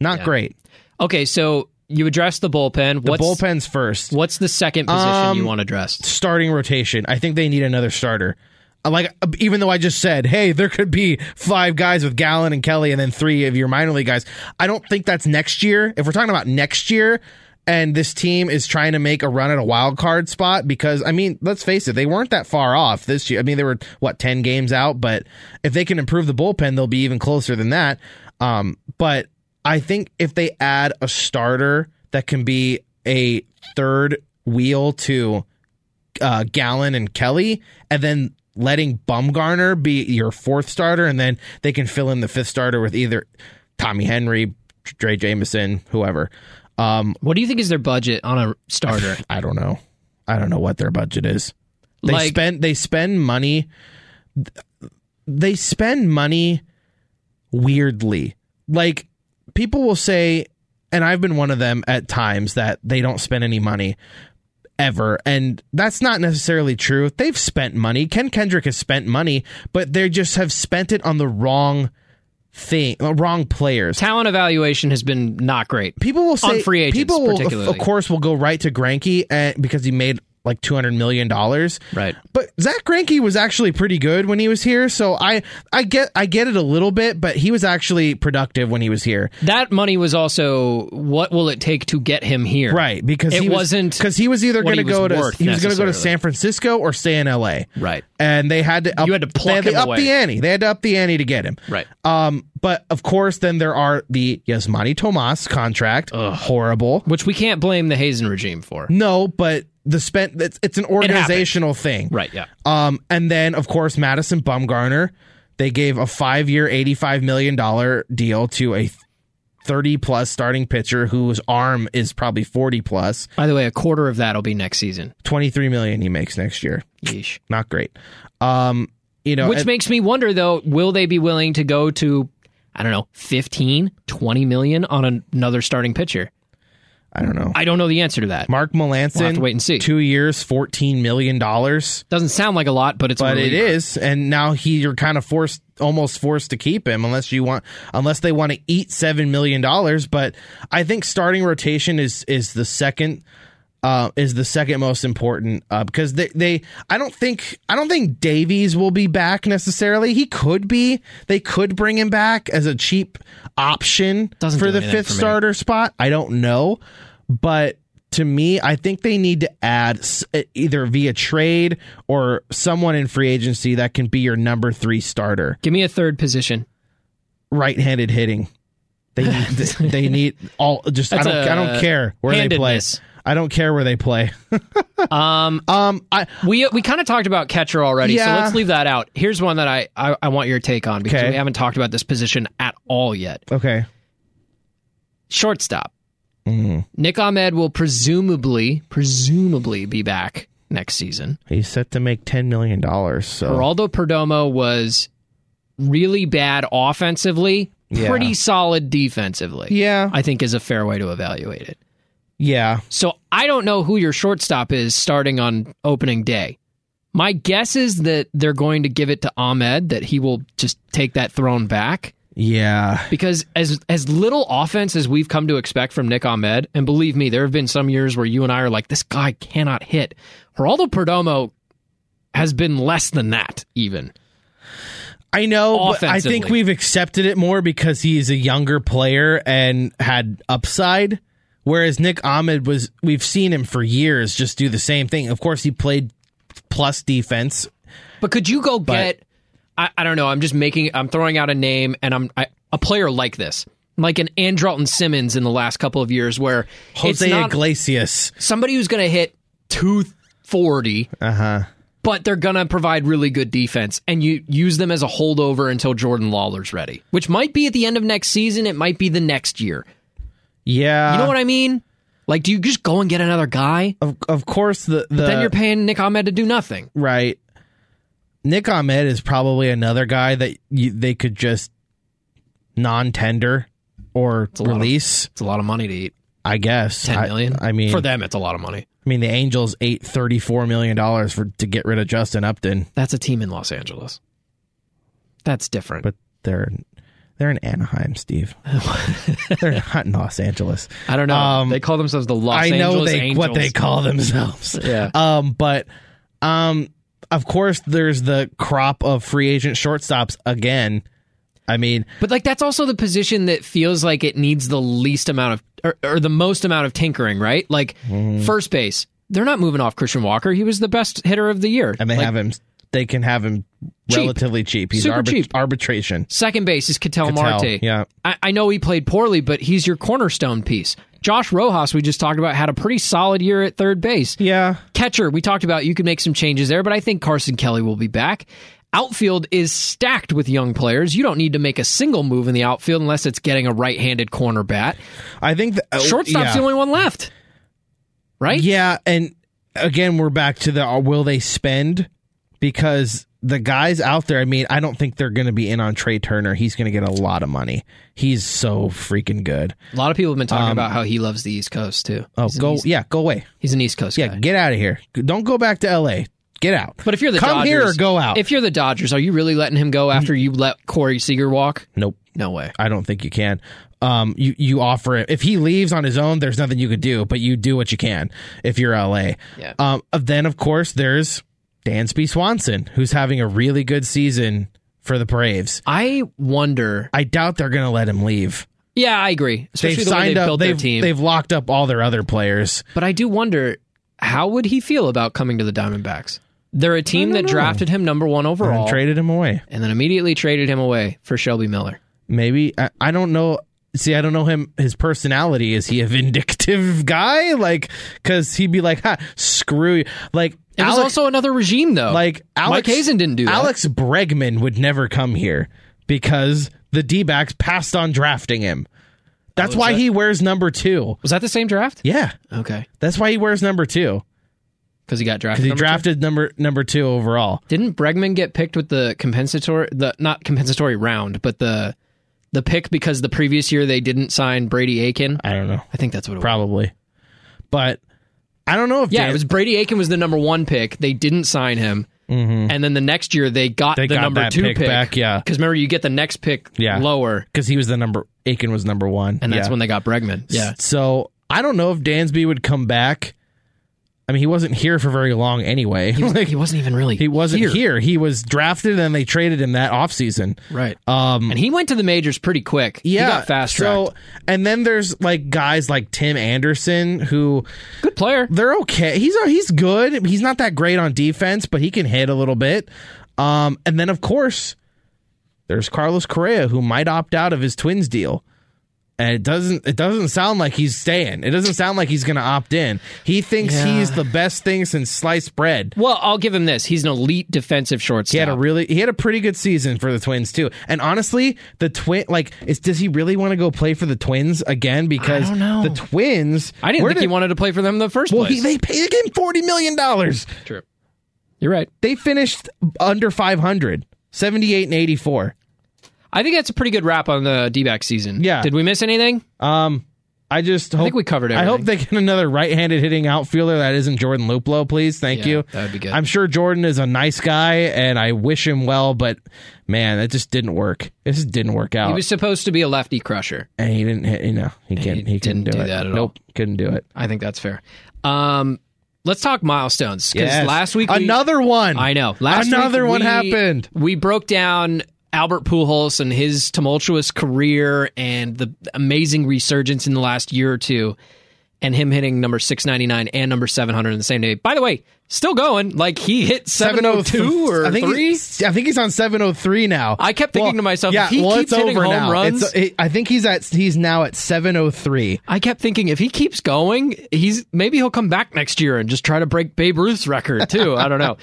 Speaker 3: Not great.
Speaker 2: okay, so you addressed the bullpen.
Speaker 3: The
Speaker 2: what's,
Speaker 3: bullpen's first.
Speaker 2: What's the second position you
Speaker 3: Um,
Speaker 2: want addressed?
Speaker 3: starting rotation. I think they need another starter. Uh, Like uh, even though I just said, hey, there could be five guys with Gallon and Kelly, and then three of your minor league guys. I don't think that's next year. If we're talking about next year, and this team is trying to make a run at a wild card spot, because I mean, let's face it, they weren't that far off this year. I mean, they were what ten games out, but if they can improve the bullpen, they'll be even closer than that. Um, but I think if they add a starter that can be a third wheel to uh, Gallon and Kelly, and then letting Bumgarner be your fourth starter, and then they can fill in the fifth starter with either Tommy Henry, Dre Jameson, whoever. Um,
Speaker 2: What do you think is their budget on a
Speaker 3: (laughs)
Speaker 2: starter?
Speaker 3: I don't know. I don't know what their budget is. They
Speaker 2: Like-
Speaker 3: spend they spend money. They spend money weirdly. Like people will say, and I've been one of them at times that they don't spend any money ever, and that's not necessarily true. They've spent money. Ken Kendrick has spent money, but they just have spent it on the wrong thing, uh, wrong players
Speaker 2: Talent evaluation has been not great.
Speaker 3: people will say
Speaker 2: On free agents,
Speaker 3: people will, of-
Speaker 2: particularly.
Speaker 3: of course will go right to Granky and, because he made like 200 million dollars
Speaker 2: Right.
Speaker 3: but Zach Granke was actually pretty good when he was here so I I get I get it a little bit but he was actually productive when he was here
Speaker 2: That money was also what will it take to get him here?
Speaker 3: right because
Speaker 2: It
Speaker 3: he was,
Speaker 2: wasn't
Speaker 3: because he was either
Speaker 2: what
Speaker 3: going to
Speaker 2: he was
Speaker 3: go to
Speaker 2: worth
Speaker 3: he was going to go to
Speaker 2: necessarily.
Speaker 3: San Francisco or stay in LA
Speaker 2: Right.
Speaker 3: and they had to up,
Speaker 2: You had to
Speaker 3: they
Speaker 2: pluck
Speaker 3: had to
Speaker 2: him
Speaker 3: up
Speaker 2: away.
Speaker 3: the ante they had to up the ante to get him
Speaker 2: Right.
Speaker 3: um but of course then there are the Yasmani Tomas contract horrible
Speaker 2: Which we can't blame the Hazen regime for.
Speaker 3: No, but the spent it's, it's an organizational thing.
Speaker 2: Right, yeah.
Speaker 3: Um and then of course Madison Bumgarner, they gave a 5-year 85 million dollar deal to a 30 plus starting pitcher whose arm is probably 40 plus.
Speaker 2: By the way, a quarter of that'll be next season.
Speaker 3: 23 million he makes next year.
Speaker 2: Yeesh.
Speaker 3: Not great. Um you know
Speaker 2: Which
Speaker 3: and-
Speaker 2: makes me wonder though, will they be willing to go to I don't know, 15, 20 million on an- another starting pitcher?
Speaker 3: I don't know.
Speaker 2: I don't know the answer to that.
Speaker 3: Mark Melanson
Speaker 2: We'll have to wait and see.
Speaker 3: 2 years 14 million dollars.
Speaker 2: Doesn't sound like a lot, but it's
Speaker 3: but
Speaker 2: really
Speaker 3: it is and now he you're kind of forced almost forced to keep him unless you want unless they want to eat 7 million dollars but i think starting rotation is is the second uh, is the second most important uh, because they, they I don't think I don't think Davies will be back necessarily. He could be. They could bring him back as a cheap option
Speaker 2: Doesn't
Speaker 3: for
Speaker 2: do
Speaker 3: the
Speaker 2: anything
Speaker 3: fifth
Speaker 2: for me.
Speaker 3: starter spot. I don't know, but to me, I think they need to add s- e, either via trade or someone in free agency that can be your number three starter,
Speaker 2: Give me a third position.
Speaker 3: right-handed hitting. They
Speaker 2: (laughs)
Speaker 3: need, they need all just I
Speaker 2: That's
Speaker 3: don't I
Speaker 2: a
Speaker 3: don't care where they play.
Speaker 2: handedness.
Speaker 3: I don't care where they play.
Speaker 2: (laughs) Um
Speaker 3: Um, I
Speaker 2: We we kind of talked about catcher already,
Speaker 3: Yeah.
Speaker 2: so let's leave that out. Here's one that I, I, I want your take on because
Speaker 3: Okay.
Speaker 2: we haven't talked about this position at all yet.
Speaker 3: okay.
Speaker 2: Shortstop. Nick Ahmed will presumably presumably be back next season.
Speaker 3: He's set to make ten million dollars. So
Speaker 2: Geraldo Perdomo was really bad offensively,
Speaker 3: Yeah.
Speaker 2: pretty solid defensively.
Speaker 3: yeah,
Speaker 2: I think is a fair way to evaluate it.
Speaker 3: Yeah.
Speaker 2: So I don't know who your shortstop is starting on opening day. My guess is that they're going to give it to Ahmed, that he will just take that throne back.
Speaker 3: Yeah.
Speaker 2: Because as as little offense as we've come to expect from Nick Ahmed, and believe me, there have been some years where you and I are like, this guy cannot hit. Geraldo Perdomo has been less than that, even.
Speaker 3: I know, but I think
Speaker 2: Offensively.
Speaker 3: we've accepted it more because he's a younger player and had upside. Whereas Nick Ahmed was, we've seen him for years just do the same thing. Of course, he played plus defense.
Speaker 2: But could you go
Speaker 3: But-
Speaker 2: get? I, I don't know. I'm just making. I'm throwing out a name, and I'm I, a player like this, like an Andrelton Simmons in the last couple of years, where
Speaker 3: Jose
Speaker 2: it's not
Speaker 3: Iglesias.
Speaker 2: somebody who's going to hit 240,
Speaker 3: Uh huh.
Speaker 2: but they're going to provide really good defense, and you use them as a holdover until Jordan Lawler's ready, which might be at the end of next season. It might be the next year.
Speaker 3: Yeah.
Speaker 2: You know what I mean? Like, do you just go and get another guy?
Speaker 3: Of, of course, the, the
Speaker 2: then you're paying Nick Ahmed to do nothing.
Speaker 3: right. Nick Ahmed is probably another guy that you, they could just non tender or
Speaker 2: lot of-
Speaker 3: release.
Speaker 2: It's a lot of money to eat.
Speaker 3: I guess
Speaker 2: Ten million.
Speaker 3: I, I mean,
Speaker 2: for them, it's a lot of money.
Speaker 3: I mean, the Angels ate thirty four million dollars for to get rid of Justin Upton,
Speaker 2: That's a team in Los Angeles. That's different.
Speaker 3: but they're they're in
Speaker 2: (laughs)
Speaker 3: Anaheim, Steve. they're not in Los Angeles.
Speaker 2: I don't know.
Speaker 3: Um,
Speaker 2: they call themselves the Los
Speaker 3: I know
Speaker 2: Angeles
Speaker 3: they
Speaker 2: Angels.
Speaker 3: what they call themselves.
Speaker 2: (laughs)
Speaker 3: (laughs)
Speaker 2: Yeah.
Speaker 3: Um, but um, of course, there's the crop of free agent shortstops again. I mean,
Speaker 2: But like that's also the position that feels like it needs the least amount of or, or the most amount of tinkering, right? Like
Speaker 3: Mm-hmm.
Speaker 2: first base, they're not moving off Christian Walker. He was the best hitter of the year.
Speaker 3: and they
Speaker 2: Like,
Speaker 3: have him. They can have him
Speaker 2: Cheap.
Speaker 3: relatively cheap. He's
Speaker 2: Super cheap.
Speaker 3: arbitration.
Speaker 2: second base is Cattell
Speaker 3: Cattell,
Speaker 2: Marte.
Speaker 3: yeah.
Speaker 2: I, I know he played poorly, but he's your cornerstone piece. Josh Rojas, we just talked about, had a pretty solid year at third base.
Speaker 3: Yeah.
Speaker 2: Catcher, we talked about you could make some changes there, but I think Carson Kelly will be back. Outfield is stacked with young players. You don't need to make a single move in the outfield unless it's getting a right-handed corner bat.
Speaker 3: I think the, oh,
Speaker 2: Shortstop's
Speaker 3: yeah.
Speaker 2: the only one left. Right?
Speaker 3: Yeah, and again, we're back to the uh, will they spend? Because the guys out there, I mean, I don't think they're going to be in on Trey Turner. He's going to get a lot of money. He's so freaking good.
Speaker 2: A lot of people have been talking about how he loves the East Coast too.
Speaker 3: Um, Oh,
Speaker 2: he's,
Speaker 3: go
Speaker 2: An East,
Speaker 3: yeah, go away.
Speaker 2: he's an East Coast
Speaker 3: Yeah,
Speaker 2: guy.
Speaker 3: get out of here. Don't go back to L.A. Get out.
Speaker 2: But if you're the
Speaker 3: come
Speaker 2: Dodgers,
Speaker 3: here or go out. Mm-hmm.
Speaker 2: If you're the Dodgers, are you really letting him go after you let Corey Seager walk?
Speaker 3: nope,
Speaker 2: No way.
Speaker 3: I don't think you can. Um, you you offer it if he leaves on his own. There's nothing you could do, but you do what you can if you're L.A.
Speaker 2: Yeah.
Speaker 3: Um, then of course there's Dansby Swanson, who's having a really good season for the Braves.
Speaker 2: I wonder.
Speaker 3: I doubt they're going to let him leave.
Speaker 2: Yeah, I agree. Especially
Speaker 3: They've
Speaker 2: the way
Speaker 3: signed
Speaker 2: they've
Speaker 3: up.
Speaker 2: built
Speaker 3: They've
Speaker 2: their team.
Speaker 3: they've locked up all their other players.
Speaker 2: But I do wonder how would he feel about coming to the Diamondbacks? They're a team that drafted him number one
Speaker 3: and
Speaker 2: overall
Speaker 3: traded him away.
Speaker 2: and then immediately traded him away for Shelby Miller.
Speaker 3: Maybe I, I don't know. See, I don't know him. His personality is he a vindictive (laughs) guy? Like, because he'd be like, "Ha, screw you!" Like,
Speaker 2: It was also another regime though.
Speaker 3: like Alex
Speaker 2: Mike Hazen didn't do that.
Speaker 3: Oh. Alex Bregman would never come here because the D-backs passed on drafting him.
Speaker 2: Oh,
Speaker 3: That's why he wears number two.
Speaker 2: was that the same draft?
Speaker 3: Yeah,
Speaker 2: Okay,
Speaker 3: that's why he wears number two
Speaker 2: because he got drafted.
Speaker 3: because he
Speaker 2: number two?
Speaker 3: drafted number number two overall.
Speaker 2: Didn't Bregman get picked with the compensatory, the not compensatory round, but the the pick because the previous year they didn't sign Brady Aiken?
Speaker 3: I don't know.
Speaker 2: I think that's what it was.
Speaker 3: probably. But I don't know if
Speaker 2: Yeah,
Speaker 3: Dan-
Speaker 2: it was Brady Aiken was the number one pick. They didn't sign him, and then the next year they got
Speaker 3: Mm-hmm. They
Speaker 2: the
Speaker 3: got
Speaker 2: number
Speaker 3: that
Speaker 2: two
Speaker 3: pick back, yeah.
Speaker 2: because remember you get the next pick
Speaker 3: Yeah.
Speaker 2: lower,
Speaker 3: because he was the number Aiken was number one,
Speaker 2: and that's
Speaker 3: Yeah.
Speaker 2: when they got Bregman.
Speaker 3: (laughs)
Speaker 2: Yeah,
Speaker 3: So I don't know if Dansby would come back. I mean, he wasn't here for very long anyway. (laughs) He,
Speaker 2: like, he wasn't even really
Speaker 3: wasn't here. He was drafted and they traded him that offseason.
Speaker 2: right? Um, and he went to the majors pretty quick. He
Speaker 3: Yeah,
Speaker 2: got fast track.
Speaker 3: So, and then there's like guys like Tim Anderson who
Speaker 2: Good player.
Speaker 3: they're okay. He's uh, he's good. He's not that great on defense, but he can hit a little bit. Um, and then of course, there's Carlos Correa who might opt out of his Twins deal. And it doesn't it doesn't sound like he's staying. It doesn't sound like he's going to opt in. He thinks
Speaker 2: Yeah.
Speaker 3: he's the best thing since sliced bread.
Speaker 2: Well, I'll give him this. He's an elite defensive shortstop.
Speaker 3: He had a really he had a pretty good season for the Twins too. And honestly, the twin like is does he really want to go play for the Twins again because
Speaker 2: don't know.
Speaker 3: the Twins
Speaker 2: I didn't
Speaker 3: where
Speaker 2: think he
Speaker 3: did-
Speaker 2: wanted to play for them in the first
Speaker 3: Well,
Speaker 2: place.
Speaker 3: he, they paid him 40 million dollars.
Speaker 2: True. You're right.
Speaker 3: they finished under 500 78 and 84
Speaker 2: I think that's a pretty good wrap on the D back season.
Speaker 3: Yeah.
Speaker 2: Did we miss anything?
Speaker 3: um I just hope
Speaker 2: think we covered
Speaker 3: I hope
Speaker 2: everything.
Speaker 3: they get another right-handed hitting outfielder that isn't Jordan Luplo, please. Thank
Speaker 2: Yeah,
Speaker 3: you.
Speaker 2: that would be good.
Speaker 3: I'm sure Jordan is a nice guy, and I wish him well. But man, that just didn't work. It just didn't work out,
Speaker 2: He was supposed to be a lefty crusher.
Speaker 3: and he didn't hit. You know, he can not he, couldn't
Speaker 2: didn't do
Speaker 3: it.
Speaker 2: that at all.
Speaker 3: nope, couldn't do it.
Speaker 2: I think that's fair. Um, let's talk milestones because
Speaker 3: Yes.
Speaker 2: last week we-
Speaker 3: another one.
Speaker 2: I know. Last
Speaker 3: another
Speaker 2: week
Speaker 3: one
Speaker 2: we-
Speaker 3: happened.
Speaker 2: We broke down Albert Pujols and his tumultuous career and the amazing resurgence in the last year or two, and him hitting number six ninety nine and number seven hundred in the same day. By the way, still going. Like he hit seven oh two or
Speaker 3: I think
Speaker 2: three.
Speaker 3: he's- I think he's on seven oh three now.
Speaker 2: I kept thinking to myself,
Speaker 3: yeah,
Speaker 2: if he
Speaker 3: well,
Speaker 2: keeps
Speaker 3: it's
Speaker 2: hitting
Speaker 3: over
Speaker 2: home
Speaker 3: now.
Speaker 2: runs-
Speaker 3: It's- it- I think he's at he's now at seven oh three.
Speaker 2: I kept thinking if he keeps going, he's maybe he'll come back next year and just try to break Babe Ruth's record too. I don't
Speaker 3: (laughs)
Speaker 2: know.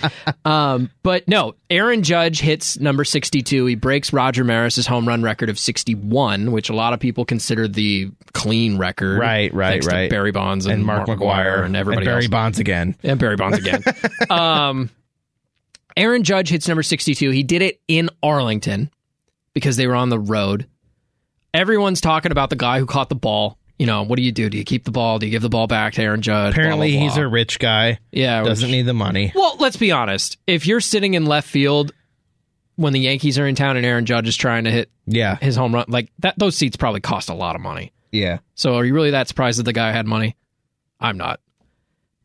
Speaker 2: Um, but no, Aaron Judge hits number 62. He breaks Roger Maris's home run record of 61, which a lot of people consider the clean record.
Speaker 3: Right, right,
Speaker 2: thanks to
Speaker 3: right.
Speaker 2: Barry Bonds and,
Speaker 3: And Mark McGuire
Speaker 2: and everybody
Speaker 3: Barry
Speaker 2: else.
Speaker 3: Bonds again.
Speaker 2: and Barry Bonds
Speaker 3: (laughs)
Speaker 2: again. um, Aaron Judge hits number 62. He did it in Arlington because they were on the road. Everyone's talking about the guy who caught the ball. You know, what do you do? Do you keep the ball? Do you give the ball back to Aaron Judge? Blah,
Speaker 3: Apparently,
Speaker 2: blah,
Speaker 3: he's
Speaker 2: blah.
Speaker 3: a rich guy.
Speaker 2: yeah.
Speaker 3: Doesn't need the money.
Speaker 2: Well, let's be honest. If you're sitting in left field when the Yankees are in town and Aaron Judge is trying to hit
Speaker 3: Yeah,
Speaker 2: his home run, like that, those seats probably cost a lot of money.
Speaker 3: yeah.
Speaker 2: So are you really that surprised that the guy had money? I'm not.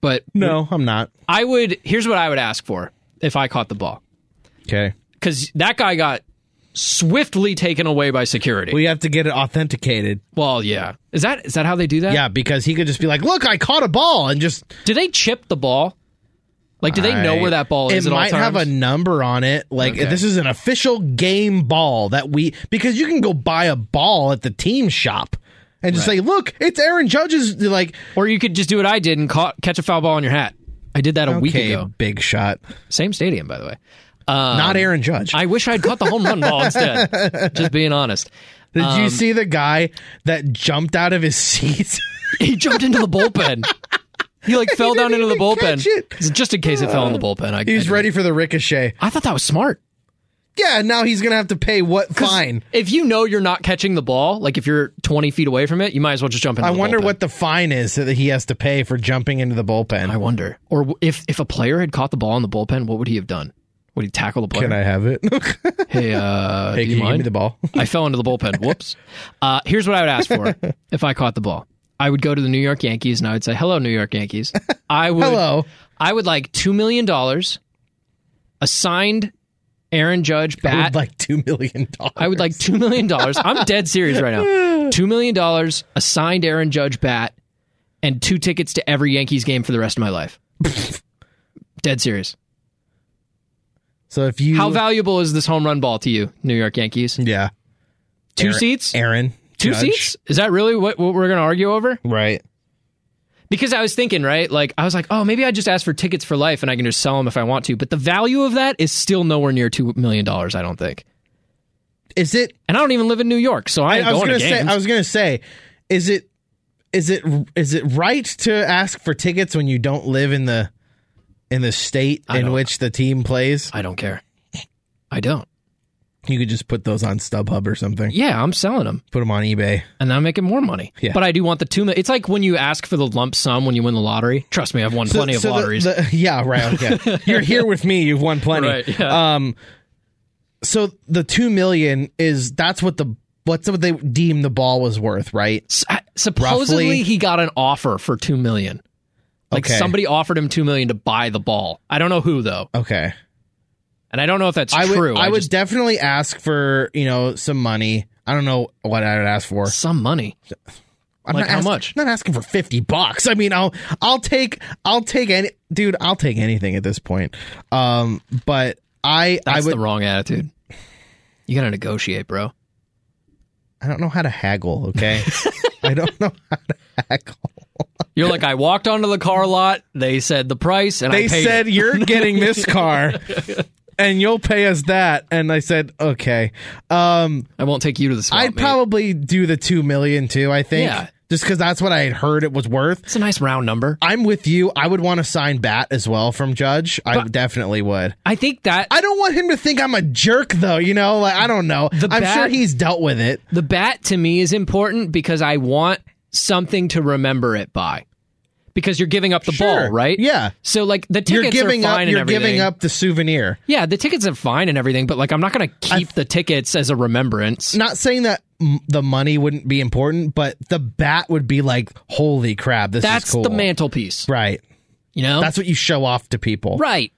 Speaker 2: But
Speaker 3: No, I'm not.
Speaker 2: I would. Here's what I would ask for if I caught the ball,
Speaker 3: Okay.
Speaker 2: because that guy got swiftly taken away by security.
Speaker 3: We have to get it authenticated.
Speaker 2: well, yeah. Is that is that how they do that?
Speaker 3: Yeah, because he could just be like, "Look, I caught a ball," and just
Speaker 2: Do they chip the ball? Like, do they know
Speaker 3: I-
Speaker 2: where that ball is
Speaker 3: It
Speaker 2: at all
Speaker 3: might
Speaker 2: times?
Speaker 3: have a number on it. Like
Speaker 2: Okay.
Speaker 3: this is an official game ball that we because you can go buy a ball at the team shop and just say, "Look, it's Aaron Judge's." Like,
Speaker 2: or you could just do what I did and caught, catch a foul ball on your hat. I did that a week
Speaker 3: okay,
Speaker 2: ago.
Speaker 3: big shot,
Speaker 2: Same stadium, by the way.
Speaker 3: not Aaron Judge.
Speaker 2: Um, I wish I'd caught the home run ball
Speaker 3: (laughs)
Speaker 2: instead. Just being honest.
Speaker 3: Did
Speaker 2: um,
Speaker 3: you see the guy that jumped out of his (laughs) seat?
Speaker 2: He jumped into the bullpen. He
Speaker 3: (laughs)
Speaker 2: like fell down
Speaker 3: didn't
Speaker 2: into the
Speaker 3: even catch it.
Speaker 2: bullpen. Just in case it fell in
Speaker 3: (sighs)
Speaker 2: the bullpen. I,
Speaker 3: he
Speaker 2: I
Speaker 3: was
Speaker 2: did-
Speaker 3: ready for the ricochet.
Speaker 2: I thought that was smart.
Speaker 3: Yeah, now he's gonna have to pay what
Speaker 2: 'Cause
Speaker 3: fine?
Speaker 2: If you know you're not catching the ball, like if you're 20 feet away from it, you might as well just jump in.
Speaker 3: I wonder what the fine is that he has to pay for jumping into the bullpen.
Speaker 2: I wonder. Or w- if if a player had caught the ball in the bullpen, what would he have done? Would he tackle the player?
Speaker 3: Can I have it? (laughs)
Speaker 2: Hey, uh, do
Speaker 3: hey, can
Speaker 2: you
Speaker 3: you give me
Speaker 2: mind?
Speaker 3: the ball?
Speaker 2: I fell into the
Speaker 3: (laughs)
Speaker 2: bullpen. Whoops. Uh, here's what I would ask for if I caught the ball. I would go to the New York Yankees and I would say, "Hello, New York
Speaker 3: (laughs)
Speaker 2: Yankees." I would.
Speaker 3: Hello.
Speaker 2: I would like two million dollars, a signed Aaron Judge
Speaker 3: I
Speaker 2: bat.
Speaker 3: would like two million dollars.
Speaker 2: I would like two million dollars. I'm dead serious right
Speaker 3: (laughs)
Speaker 2: now. Two million dollars, a signed Aaron Judge bat, and two tickets to every Yankees game for the rest of my
Speaker 3: (laughs)
Speaker 2: life. dead serious.
Speaker 3: So if you
Speaker 2: How valuable is this home run ball to you, New York Yankees?
Speaker 3: Yeah.
Speaker 2: Two
Speaker 3: Aaron-
Speaker 2: seats?
Speaker 3: Aaron.
Speaker 2: Two
Speaker 3: Judge.
Speaker 2: seats? Is that really what, what we're going to argue over?
Speaker 3: Right.
Speaker 2: Because I was thinking, right? Like, I was like, oh, maybe I just ask for tickets for life and I can just sell them if I want to. But the value of that is still nowhere near $2 million, I don't think.
Speaker 3: Is it
Speaker 2: And I don't even live in New York, so I
Speaker 3: I,
Speaker 2: ain't
Speaker 3: I was
Speaker 2: going
Speaker 3: gonna
Speaker 2: to
Speaker 3: say
Speaker 2: games.
Speaker 3: I was gonna say, is it is it is it right to ask for tickets when you don't live in the in the state in
Speaker 2: don't-
Speaker 3: which the team plays?
Speaker 2: I don't care. I don't.
Speaker 3: You could just put those on StubHub or something.
Speaker 2: Yeah, I'm selling them.
Speaker 3: Put them on eBay.
Speaker 2: and I'm making more money.
Speaker 3: Yeah.
Speaker 2: But I do want the two. mil- It's like when you ask for the lump sum when you win the lottery. Trust me, I've won plenty of
Speaker 3: So the-
Speaker 2: lotteries.
Speaker 3: the- (laughs) yeah,
Speaker 2: (laughs)
Speaker 3: right. Okay. You're here with me. You've won plenty.
Speaker 2: Right, yeah.
Speaker 3: Um, so the two million is that's what the what's what they deem the ball was worth, right?
Speaker 2: S- I- Supposedly,
Speaker 3: Roughly.
Speaker 2: he got an offer for two million. Like
Speaker 3: Okay.
Speaker 2: somebody offered him two million to buy the ball. I don't know who though,
Speaker 3: Okay.
Speaker 2: and I don't know if that's
Speaker 3: I would
Speaker 2: true.
Speaker 3: I, would
Speaker 2: just-
Speaker 3: definitely ask for you know some money. I don't know what I would ask for.
Speaker 2: some money.
Speaker 3: I'm
Speaker 2: Like
Speaker 3: not
Speaker 2: how
Speaker 3: ask-
Speaker 2: much?
Speaker 3: I'm not asking for fifty bucks. I mean, I'll I'll take I'll take any dude. I'll take anything at this point. Um, but I
Speaker 2: That's
Speaker 3: I would
Speaker 2: the wrong attitude. You gotta negotiate, bro.
Speaker 3: I don't know how to haggle.
Speaker 2: (laughs)
Speaker 3: Okay, I don't know how to haggle.
Speaker 2: You're like I walked onto the car lot. They said the price, and I
Speaker 3: They
Speaker 2: paid
Speaker 3: said
Speaker 2: it.
Speaker 3: you're
Speaker 2: (laughs)
Speaker 3: getting this car, and you'll pay us that. And I said okay. Um,
Speaker 2: I won't take you to the swap.
Speaker 3: I'd
Speaker 2: meet.
Speaker 3: probably do the two million too. I think
Speaker 2: Yeah.
Speaker 3: just because that's what I had heard it was worth.
Speaker 2: It's a nice round number.
Speaker 3: I'm with you. I would want to sign Bat as well from Judge. I definitely would.
Speaker 2: I think that
Speaker 3: I don't want him to think I'm a jerk, though. You know, like I don't know. I'm
Speaker 2: Bat-
Speaker 3: sure he's dealt with it.
Speaker 2: The bat to me is important because I want something to remember it by because you're giving up the
Speaker 3: Sure.
Speaker 2: ball, right?
Speaker 3: Yeah.
Speaker 2: So like the tickets
Speaker 3: you're giving
Speaker 2: are fine
Speaker 3: up. You're
Speaker 2: and everything.
Speaker 3: giving up the souvenir.
Speaker 2: Yeah, the tickets are fine and everything, but like I'm not going to keep the tickets as a remembrance.
Speaker 3: Not saying that m- the money wouldn't be important, but the bat would be like, holy crap, this
Speaker 2: That's
Speaker 3: is cool.
Speaker 2: the mantelpiece,
Speaker 3: Right.
Speaker 2: you know?
Speaker 3: That's what you show off to people.
Speaker 2: right.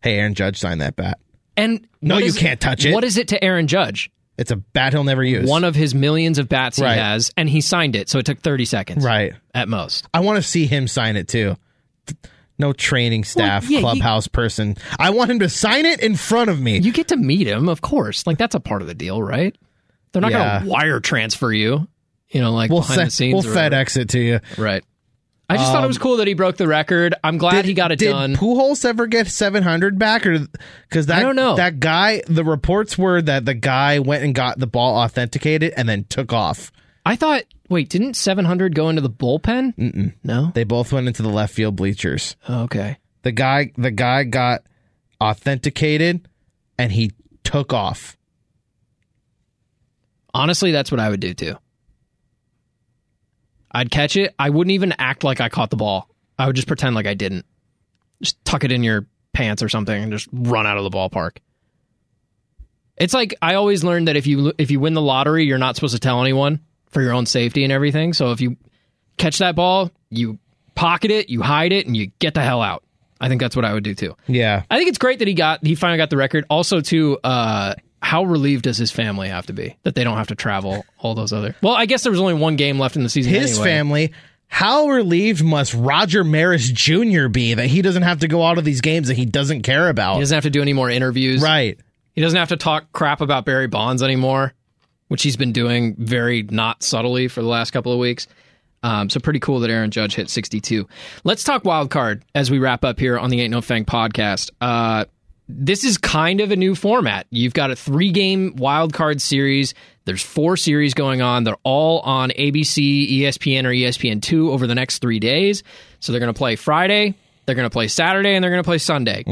Speaker 3: Hey, Aaron Judge signed that bat.
Speaker 2: And
Speaker 3: No,
Speaker 2: what
Speaker 3: you
Speaker 2: is-
Speaker 3: can't touch it.
Speaker 2: What is it to Aaron Judge?
Speaker 3: It's a bat he'll never use.
Speaker 2: One of his millions of bats
Speaker 3: Right.
Speaker 2: he has, and he signed it, so it took 30 seconds
Speaker 3: right.
Speaker 2: at most.
Speaker 3: I want to see him sign it too. Th- No training staff,
Speaker 2: Well, yeah, he-
Speaker 3: clubhouse person. I want him to sign it in front of me.
Speaker 2: You get to meet him, of course. Like that's a part of the deal, right? They're not
Speaker 3: Yeah.
Speaker 2: going to wire transfer you, you know, like
Speaker 3: we'll
Speaker 2: behind
Speaker 3: se-
Speaker 2: the scenes.
Speaker 3: we'll
Speaker 2: or whatever.
Speaker 3: FedEx it to you.
Speaker 2: Right. I just thought it was cool that he broke the record. I'm glad he got it
Speaker 3: did
Speaker 2: done.
Speaker 3: Pujols ever get 700 back, or because that
Speaker 2: don't know.
Speaker 3: that guy? The reports were that the guy went and got the ball authenticated and then took off.
Speaker 2: I thought, wait, didn't 700 go into the bullpen? Mm-mm. No.
Speaker 3: They both went into the left field bleachers.
Speaker 2: Oh, okay.
Speaker 3: The guy, the guy got authenticated, and he took off.
Speaker 2: Honestly, that's what I would do too. I'd catch it. I wouldn't even act like I caught the ball. I would just pretend like I didn't. Just tuck it in your pants or something and just run out of the ballpark. It's like I always learned that if you if you win the lottery, you're not supposed to tell anyone for your own safety and everything. So if you catch that ball, you pocket it, you hide it, and you get the hell out. I think that's what I would do too.
Speaker 3: Yeah,
Speaker 2: I think it's great that he got he finally got the record. Also, too, uh, how relieved does his family have to be that they don't have to travel all those other? Well, I guess there was only one game left in the season.
Speaker 3: his
Speaker 2: anyway.
Speaker 3: family. How relieved must Roger Maris Jr. be that he doesn't have to go out of these games that he doesn't care about?
Speaker 2: He doesn't have to do any more interviews.
Speaker 3: right.
Speaker 2: He doesn't have to talk crap about Barry Bonds anymore, which he's been doing very not subtly for the last couple of weeks. Um, so pretty cool that Aaron Judge hit 62. Let's talk wild card as we wrap up here on the Ain't No Fang podcast. Uh, this is kind of a new format. You've got a three game wild card series. There's four series going on. They're all on ABC, ESPN, or E ESPN2 over the next three days. So they're going to play Friday, they're going to play Saturday, and they're going to play Sunday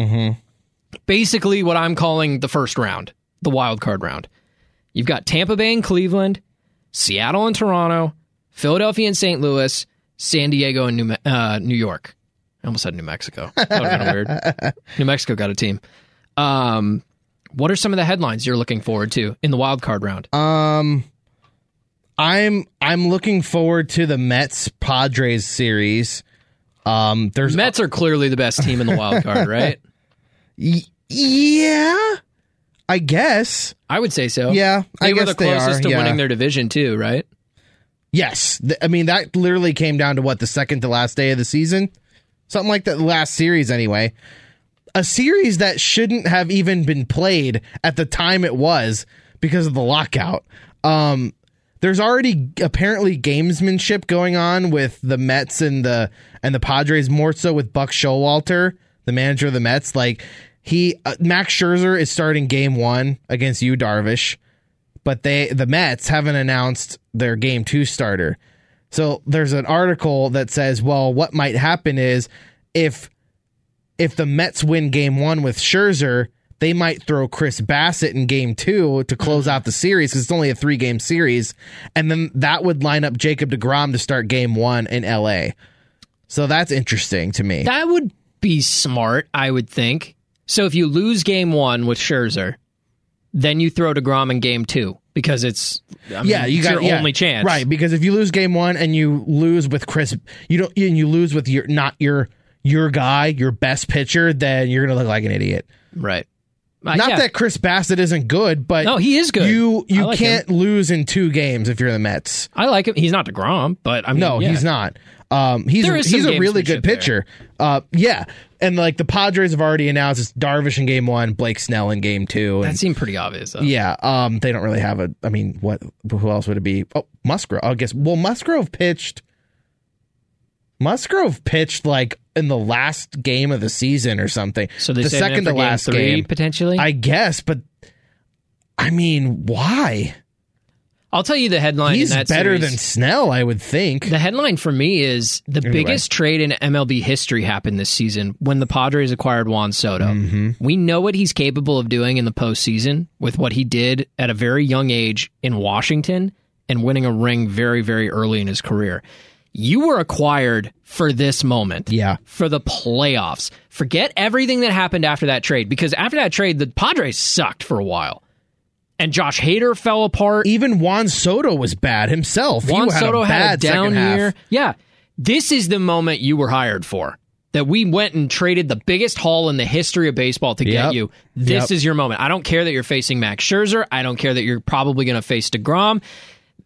Speaker 2: basically what I'm calling the first round, the wild card round. You've got Tampa Bay and Cleveland, Seattle and Toronto, Philadelphia and St. Louis, San Diego and New, Me- uh, New York. I almost said New Mexico. That would have been
Speaker 3: (laughs)
Speaker 2: weird. New Mexico got a team. Um, what are some of the headlines you're looking forward to in the wild card round?
Speaker 3: Um, I'm I'm looking forward to the Mets Padres series. Um, there's
Speaker 2: Mets are clearly the best team in the wild
Speaker 3: (laughs)
Speaker 2: card, right?
Speaker 3: Y- yeah, I guess
Speaker 2: I would say so.
Speaker 3: Yeah,
Speaker 2: they
Speaker 3: I
Speaker 2: were
Speaker 3: guess
Speaker 2: the
Speaker 3: they are,
Speaker 2: closest to
Speaker 3: yeah.
Speaker 2: winning their division too, right?
Speaker 3: yes. Th- I mean that literally came down to what the second to last day of the season, something like that. Last series anyway, a series that shouldn't have even been played at the time it was because of the lockout. Um, there's already apparently gamesmanship going on with the Mets and the and the Padres more so with Buck Showalter, the manager of the Mets. Like he, uh, Max Scherzer is starting Game One against you, Darvish, but they the Mets haven't announced their Game Two starter. So there's an article that says, well, what might happen is if if the Mets win game one with Scherzer, they might throw Chris Bassett in game two to close out the series 'cause it's only a three game series. And then that would line up Jacob DeGrom to start game one in LA. So that's interesting to me.
Speaker 2: That would be smart, I would think. So if you lose game one with Scherzer, then you throw DeGrom in game two because it's I
Speaker 3: yeah,
Speaker 2: mean,
Speaker 3: you
Speaker 2: it's
Speaker 3: got
Speaker 2: your
Speaker 3: yeah.
Speaker 2: only chance,
Speaker 3: right? Because if you lose game one and you lose with Chris, you don't, and you lose with your not your your guy, your best pitcher, then you're gonna look like an idiot.
Speaker 2: Right. Uh,
Speaker 3: Not
Speaker 2: yeah.
Speaker 3: that Chris Bassett isn't good, but
Speaker 2: No, he is good.
Speaker 3: you
Speaker 2: I
Speaker 3: you
Speaker 2: like him.
Speaker 3: can't lose in two games if you're the Mets.
Speaker 2: I like him. He's not DeGrom, but I mean,
Speaker 3: No,
Speaker 2: yeah.
Speaker 3: he's not. Um, he's
Speaker 2: There is some
Speaker 3: he's a really good
Speaker 2: gamesmanship there.
Speaker 3: pitcher. Uh, yeah, and like the Padres have already announced it's Darvish in game one, Blake Snell in game two,
Speaker 2: That
Speaker 3: and
Speaker 2: seemed pretty obvious. Though.
Speaker 3: yeah, um, they don't really have a. I mean, what? Who else would it be? Oh, Musgrove. I guess. Well, Musgrove pitched. Musgrove pitched like in the last game of the season or something.
Speaker 2: So they
Speaker 3: the
Speaker 2: saved him
Speaker 3: second
Speaker 2: for
Speaker 3: to
Speaker 2: game
Speaker 3: last
Speaker 2: three
Speaker 3: game,
Speaker 2: potentially.
Speaker 3: I guess. But I mean, why?
Speaker 2: will tell you the headline.
Speaker 3: He's
Speaker 2: in that
Speaker 3: better
Speaker 2: series.
Speaker 3: than Snell, I would think.
Speaker 2: The headline for me is the biggest trade in MLB history happened this season when the Padres acquired Juan Soto. We know what he's capable of doing in the postseason with what he did at a very young age in Washington, and winning a ring very, very early in his career. You were acquired for this moment.
Speaker 3: Yeah.
Speaker 2: For the playoffs. Forget everything that happened after that trade because after that trade, the Padres sucked for a while. And Josh Hader fell apart.
Speaker 3: Even Juan Soto was bad himself.
Speaker 2: Juan
Speaker 3: he had
Speaker 2: Soto
Speaker 3: a bad
Speaker 2: had a down
Speaker 3: second half.
Speaker 2: year. Yeah. This is the moment you were hired for. That we went and traded the biggest haul in the history of baseball to
Speaker 3: Yep.
Speaker 2: get you. This
Speaker 3: Yep.
Speaker 2: is your moment. I don't care that you're facing Max Scherzer. I don't care that you're probably going to face DeGrom.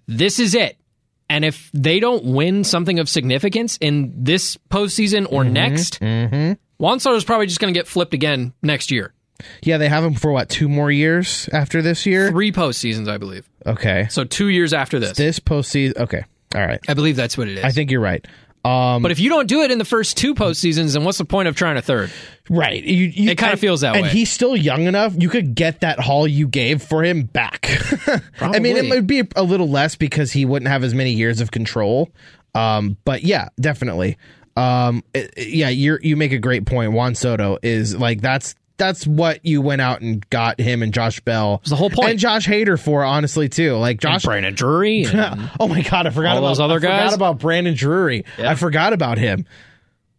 Speaker 2: This is it. And if they don't win something of significance in this postseason
Speaker 3: Mm-hmm.
Speaker 2: or next, Juan Soto's probably just going to get flipped again next year.
Speaker 3: Yeah, they have him for what two more years after this year.
Speaker 2: Three postseasons, I believe.
Speaker 3: Okay,
Speaker 2: So two years after this.
Speaker 3: this postseason. Okay, all right.
Speaker 2: I believe that's what it is.
Speaker 3: I think you're right. Um,
Speaker 2: But if you don't do it in the first two postseasons, then what's the point of trying a third?
Speaker 3: right, you, you,
Speaker 2: It kinda
Speaker 3: and-
Speaker 2: feels that
Speaker 3: and
Speaker 2: way.
Speaker 3: he's still young enough. You could get that haul you gave for him back. (laughs) I mean,
Speaker 2: Probably.
Speaker 3: it might be a little less because he wouldn't have as many years of control. Um, but yeah, definitely. Um, it- it- yeah, you you make a great point. Juan Soto is like that's that's what you went out and got him and Josh Bell.
Speaker 2: the whole point.
Speaker 3: And Josh Hader for honestly too. Like Josh
Speaker 2: Brandon Drury. and
Speaker 3: (laughs) Oh my god, I forgot
Speaker 2: All
Speaker 3: about
Speaker 2: those other
Speaker 3: I
Speaker 2: guys?
Speaker 3: Forgot about Brandon Drury. I forgot about him.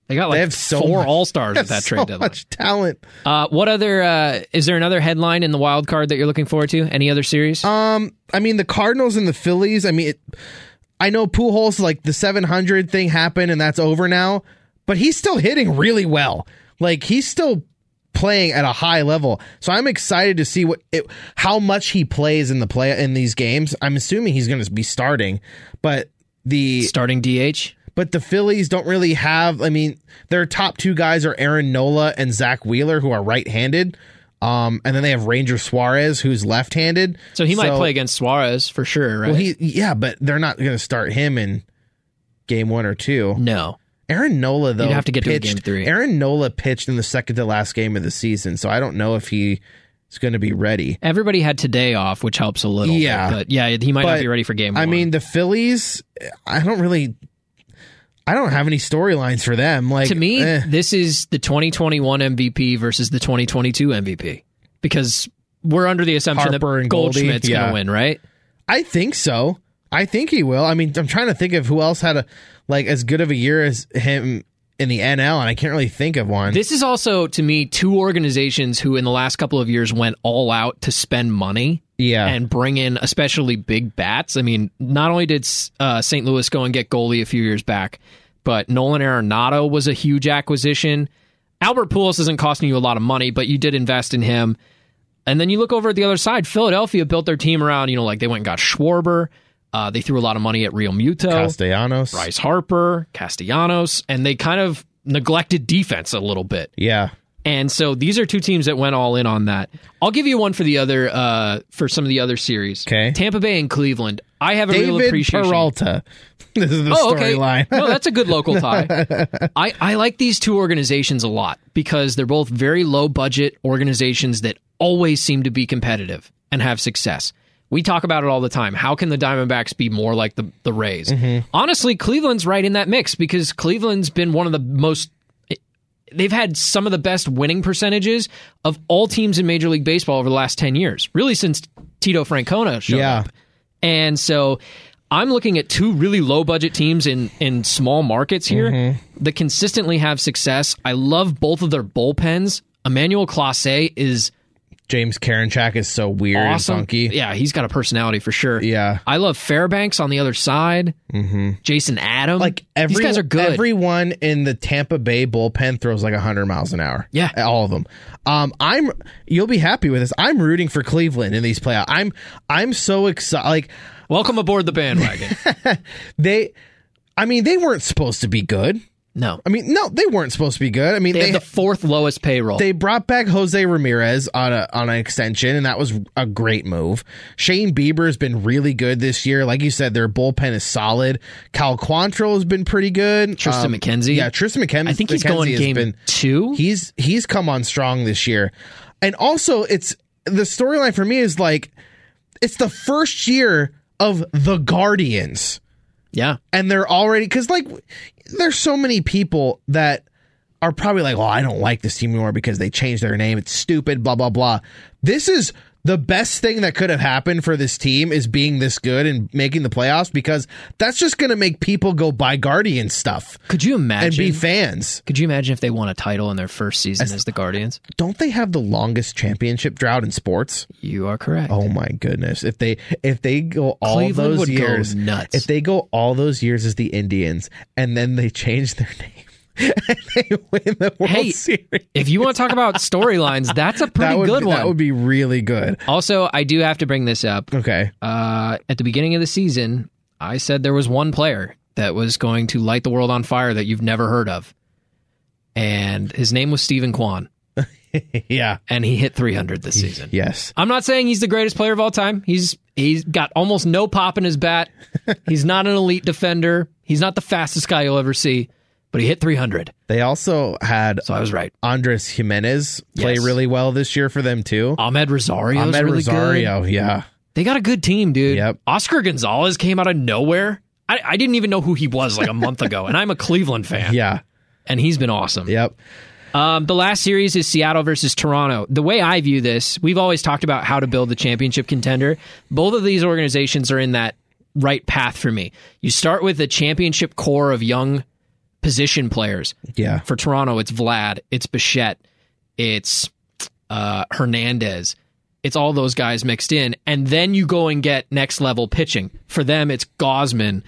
Speaker 2: they got like
Speaker 3: They have so
Speaker 2: four
Speaker 3: much-
Speaker 2: All Stars
Speaker 3: They
Speaker 2: at
Speaker 3: have
Speaker 2: that trade
Speaker 3: (laughs) so
Speaker 2: deadline.
Speaker 3: much talent.
Speaker 2: Uh, what other? Uh, is there another headline in the wild card that you're looking forward to? Any other series?
Speaker 3: Um, I mean, the Cardinals and the Phillies. I mean, it, I know Pujols like the 700 thing happened and that's over now, but he's still hitting really well. Like he's still playing at a high level. So I'm excited to see what it, how much he plays in the play in these games. I'm assuming he's going to be starting, but the
Speaker 2: Starting DH.
Speaker 3: but the Phillies don't really have. I mean, their top two guys are Aaron Nola and Zach Wheeler, who are right-handed, um, and then they have Ranger Suarez, who's left-handed.
Speaker 2: So he might play against Suarez for sure, right?
Speaker 3: Well, he yeah, but they're not going to start him in game one or two.
Speaker 2: no.
Speaker 3: Aaron Nola though
Speaker 2: You'd have to get to a
Speaker 3: pitched,
Speaker 2: game three.
Speaker 3: Aaron Nola pitched in the second to last game of the season, so I don't know if he is going to be ready.
Speaker 2: Everybody had today off, which helps a little. bit,
Speaker 3: Yeah.
Speaker 2: but yeah, he might not
Speaker 3: But,
Speaker 2: be ready for game.
Speaker 3: I
Speaker 2: one.
Speaker 3: mean, the Phillies. I don't really. I don't have any storylines for them. Like
Speaker 2: to me,
Speaker 3: eh.
Speaker 2: this is the 2021 MVP versus the 2022 MVP because we're under the assumption
Speaker 3: Harper
Speaker 2: that
Speaker 3: and Goldie,
Speaker 2: Goldschmidt's going
Speaker 3: yeah.
Speaker 2: to win, right?
Speaker 3: I think so. I think he will. I mean, I'm trying to think of who else had a like as good of a year as him in the NL, and I can't really think of one.
Speaker 2: This is also, to me, two organizations who in the last couple of years went all out to spend money
Speaker 3: yeah,
Speaker 2: and bring in especially big bats. I mean, not only did uh, St. Louis go and get goalie a few years back, but Nolan Arenado was a huge acquisition. Albert Pujols isn't costing you a lot of money, but you did invest in him. And then you look over at the other side. Philadelphia built their team around, you know, like they went and got Schwarber. Uh, they threw a lot of money at Real Muto.
Speaker 3: Castellanos.
Speaker 2: Bryce Harper, Castellanos, and they kind of neglected defense a little bit.
Speaker 3: Yeah.
Speaker 2: And so these are two teams that went all in on that. I'll give you one for the other uh, for some of the other series.
Speaker 3: 'Kay.
Speaker 2: Tampa Bay and Cleveland. I have a real
Speaker 3: David
Speaker 2: appreciation.
Speaker 3: Peralta. (laughs) This is the
Speaker 2: Oh, okay.
Speaker 3: storyline.
Speaker 2: no, that's a good local tie. I, I like these two organizations a lot because they're both very low budget organizations that always seem to be competitive and have success. We talk about it all the time. How can the Diamondbacks be more like the, the Rays?
Speaker 3: Mm-hmm.
Speaker 2: Honestly, Cleveland's right in that mix because Cleveland's been one of the most they've had some of the best winning percentages of all teams in Major League Baseball over the last 10 years, really since Tito Francona showed
Speaker 3: (laughs) Yeah.
Speaker 2: up. And so I'm looking at two really low budget teams in, in small markets here
Speaker 3: Mm-hmm.
Speaker 2: that consistently have success. I love both of their bullpens. Emmanuel Classe is
Speaker 3: James Karinchak is so weird
Speaker 2: awesome.
Speaker 3: and funky.
Speaker 2: Yeah, he's got a personality for sure.
Speaker 3: Yeah. Mm-hmm.
Speaker 2: I love Fairbanks on the other side. Jason Adam.
Speaker 3: Like every,
Speaker 2: These guys are good.
Speaker 3: Everyone in the Tampa Bay bullpen throws like hundred miles an hour.
Speaker 2: Yeah.
Speaker 3: all of them. Um, I'm you'll be happy with this. I'm rooting for Cleveland in these playoffs. I'm I'm so excited. Like
Speaker 2: Welcome aboard the
Speaker 3: (laughs)
Speaker 2: bandwagon.
Speaker 3: they, I mean, they weren't supposed to be good.
Speaker 2: no.
Speaker 3: I mean, no, they weren't supposed to be good. I mean,
Speaker 2: They
Speaker 3: they
Speaker 2: have the fourth lowest payroll.
Speaker 3: they brought back Jose Ramirez on a on an extension, and that was a great move. Shane Bieber has been really good this year. Like you said, their bullpen is solid. Cal Quantrill has been pretty good. Um,
Speaker 2: Tristan McKenzie.
Speaker 3: yeah, Tristan McKenzie.
Speaker 2: I think he's going game two.
Speaker 3: He's he's come on strong this year, and also it's the storyline for me is like it's the first year of the Guardians
Speaker 2: yeah.
Speaker 3: and they're already because like there's so many people that are probably like, well, I don't like this team anymore because they changed their name. It's stupid, blah blah blah. This is the best thing that could have happened for this team is being this good and making the playoffs because that's just going to make people go buy Guardian stuff
Speaker 2: Could you
Speaker 3: and
Speaker 2: imagine?
Speaker 3: be fans.
Speaker 2: could you imagine if they won a title in their first season as the Guardians?
Speaker 3: Don't they have the longest championship drought in sports?
Speaker 2: You are correct.
Speaker 3: Oh my goodness! If they if they go all
Speaker 2: Cleveland
Speaker 3: those
Speaker 2: would go
Speaker 3: years
Speaker 2: nuts.
Speaker 3: if they go all those years as the Indians and then they change their (laughs) name and they win the World
Speaker 2: Hey,
Speaker 3: Series,
Speaker 2: If you want to talk about storylines, that's a pretty
Speaker 3: that would
Speaker 2: good
Speaker 3: be,
Speaker 2: one.
Speaker 3: That would be really good.
Speaker 2: also, I do have to bring this up. (laughs)
Speaker 3: Okay,
Speaker 2: Uh, at the beginning of the season, I said there was one player that was going to light the world on fire that you've never heard of, and his name was Stephen Kwan,
Speaker 3: yeah,
Speaker 2: and he hit 300 this season.
Speaker 3: yes,
Speaker 2: I'm not saying he's the greatest player of all time. He's he's got almost no pop in his
Speaker 3: (laughs)
Speaker 2: bat. he's not an elite defender. He's not the fastest guy you'll ever see, but he hit 300.
Speaker 3: they also had
Speaker 2: So I was right.
Speaker 3: Andres Jimenez play
Speaker 2: Yes.
Speaker 3: really well this year for them too.
Speaker 2: Ahmed Rosario.
Speaker 3: Ahmed
Speaker 2: really Good.
Speaker 3: Rosario, yeah,
Speaker 2: They got a good team, dude.
Speaker 3: Yep.
Speaker 2: Oscar Gonzalez came out of nowhere. I, I didn't even know who he was like a month ago, and I'm a Cleveland fan,
Speaker 3: yeah,
Speaker 2: and he's been awesome.
Speaker 3: yep,
Speaker 2: Um, the last series is Seattle versus Toronto. The way I view this, we've always talked about how to build the championship contender. Both of these organizations are in that right path for me. You start with the championship core of young position players.
Speaker 3: yeah,
Speaker 2: For Toronto, it's Vlad, it's Bichette, it's uh, Hernandez, it's all those guys mixed in, and then you go and get next level pitching. For them, it's Gosman,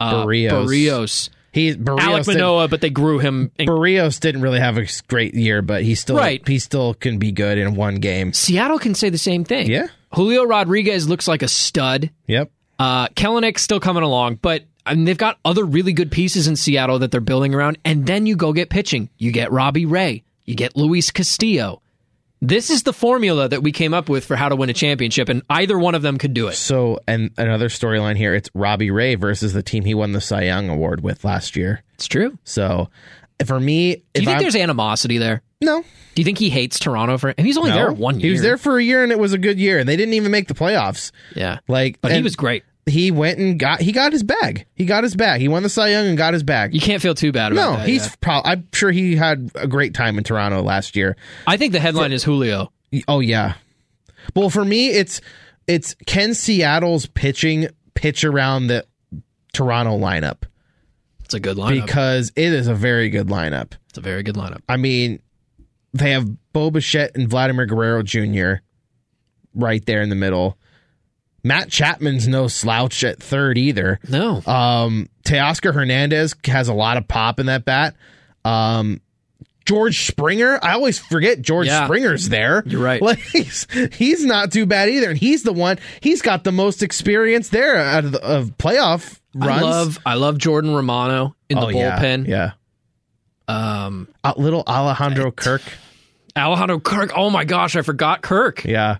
Speaker 2: uh,
Speaker 3: Barrios.
Speaker 2: Barrios,
Speaker 3: he Barrios
Speaker 2: Alec
Speaker 3: didn't-
Speaker 2: Manoa, but they grew him. In-
Speaker 3: Barrios didn't really have a great year, but he still
Speaker 2: Right.
Speaker 3: he still can be good in one game.
Speaker 2: Seattle can say the same thing.
Speaker 3: Yeah.
Speaker 2: Julio Rodriguez looks like a stud.
Speaker 3: Yep.
Speaker 2: Uh, Kellenick's still coming along, but I mean, they've got other really good pieces in Seattle that they're building around. And then you go get pitching. You get Robbie Ray. You get Luis Castillo. This is the formula that we came up with for how to win a championship, and either one of them could do it.
Speaker 3: So, and another storyline here it's Robbie Ray versus the team he won the Cy Young Award with last year.
Speaker 2: It's true. Do
Speaker 3: So, for me, if
Speaker 2: you think
Speaker 3: I'm,
Speaker 2: there's animosity there?
Speaker 3: no,
Speaker 2: Do you think he hates Toronto for? And he's only
Speaker 3: no,
Speaker 2: there one year.
Speaker 3: He was there for a year and it was a good year, and they didn't even make the playoffs.
Speaker 2: yeah.
Speaker 3: Like,
Speaker 2: But he
Speaker 3: and
Speaker 2: was great.
Speaker 3: He went and got he got his bag. He got his bag. He won the Cy Young and got his bag.
Speaker 2: You can't feel too bad about
Speaker 3: no,
Speaker 2: that,
Speaker 3: he's
Speaker 2: yeah.
Speaker 3: pro- I'm sure he had a great time in Toronto last year.
Speaker 2: I think the headline is Julio.
Speaker 3: Oh yeah. Well, for me, it's it's can Seattle's pitching pitch around the Toronto lineup
Speaker 2: It's a good lineup.
Speaker 3: because it is a very good lineup.
Speaker 2: it's a very good lineup.
Speaker 3: I mean, they have Bo Bichette and Vladimir Guerrero Jr. right there in the middle. Matt Chapman's no slouch at third either.
Speaker 2: No.
Speaker 3: Um, Teoscar Hernandez has a lot of pop in that bat. Um, George Springer, I always forget George
Speaker 2: Yeah.
Speaker 3: Springer's there.
Speaker 2: You're right.
Speaker 3: (laughs) Like he's, he's not too bad either, and he's the one. He's got the most experience there out of, the, of playoff runs.
Speaker 2: I love I love Jordan Romano in the
Speaker 3: Oh, yeah.
Speaker 2: bullpen.
Speaker 3: Yeah,
Speaker 2: Um,
Speaker 3: Uh, little Alejandro Kirk.
Speaker 2: Alejandro Kirk. Oh my gosh, I forgot Kirk,
Speaker 3: Yeah,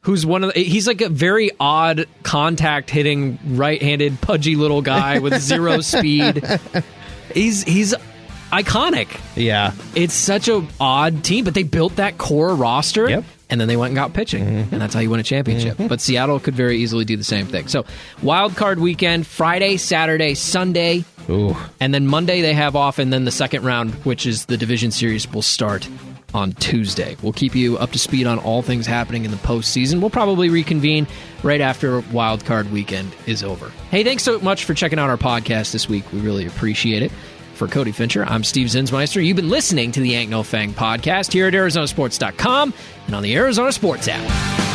Speaker 2: who's one of the, he's like a very odd contact hitting right-handed pudgy little guy with zero speed. He's he's iconic.
Speaker 3: yeah.
Speaker 2: It's such a odd team, but they built that core roster.
Speaker 3: Yep.
Speaker 2: And then they went and got pitching, and that's how you win a championship. But Seattle could very easily do the same thing. So, wild card weekend, Friday, Saturday, Sunday,
Speaker 3: Ooh,
Speaker 2: And then Monday they have off, and then the second round, which is the division series, will start on Tuesday. We'll keep you up to speed on all things happening in the postseason. We'll probably reconvene right after wild card weekend is over. Hey, thanks so much for checking out our podcast this week. We really appreciate it. For Cody Fincher, I'm Steve Zinsmeister. You've been listening to the Ain't No Fang podcast here at ArizonaSports.com and on the Arizona Sports app.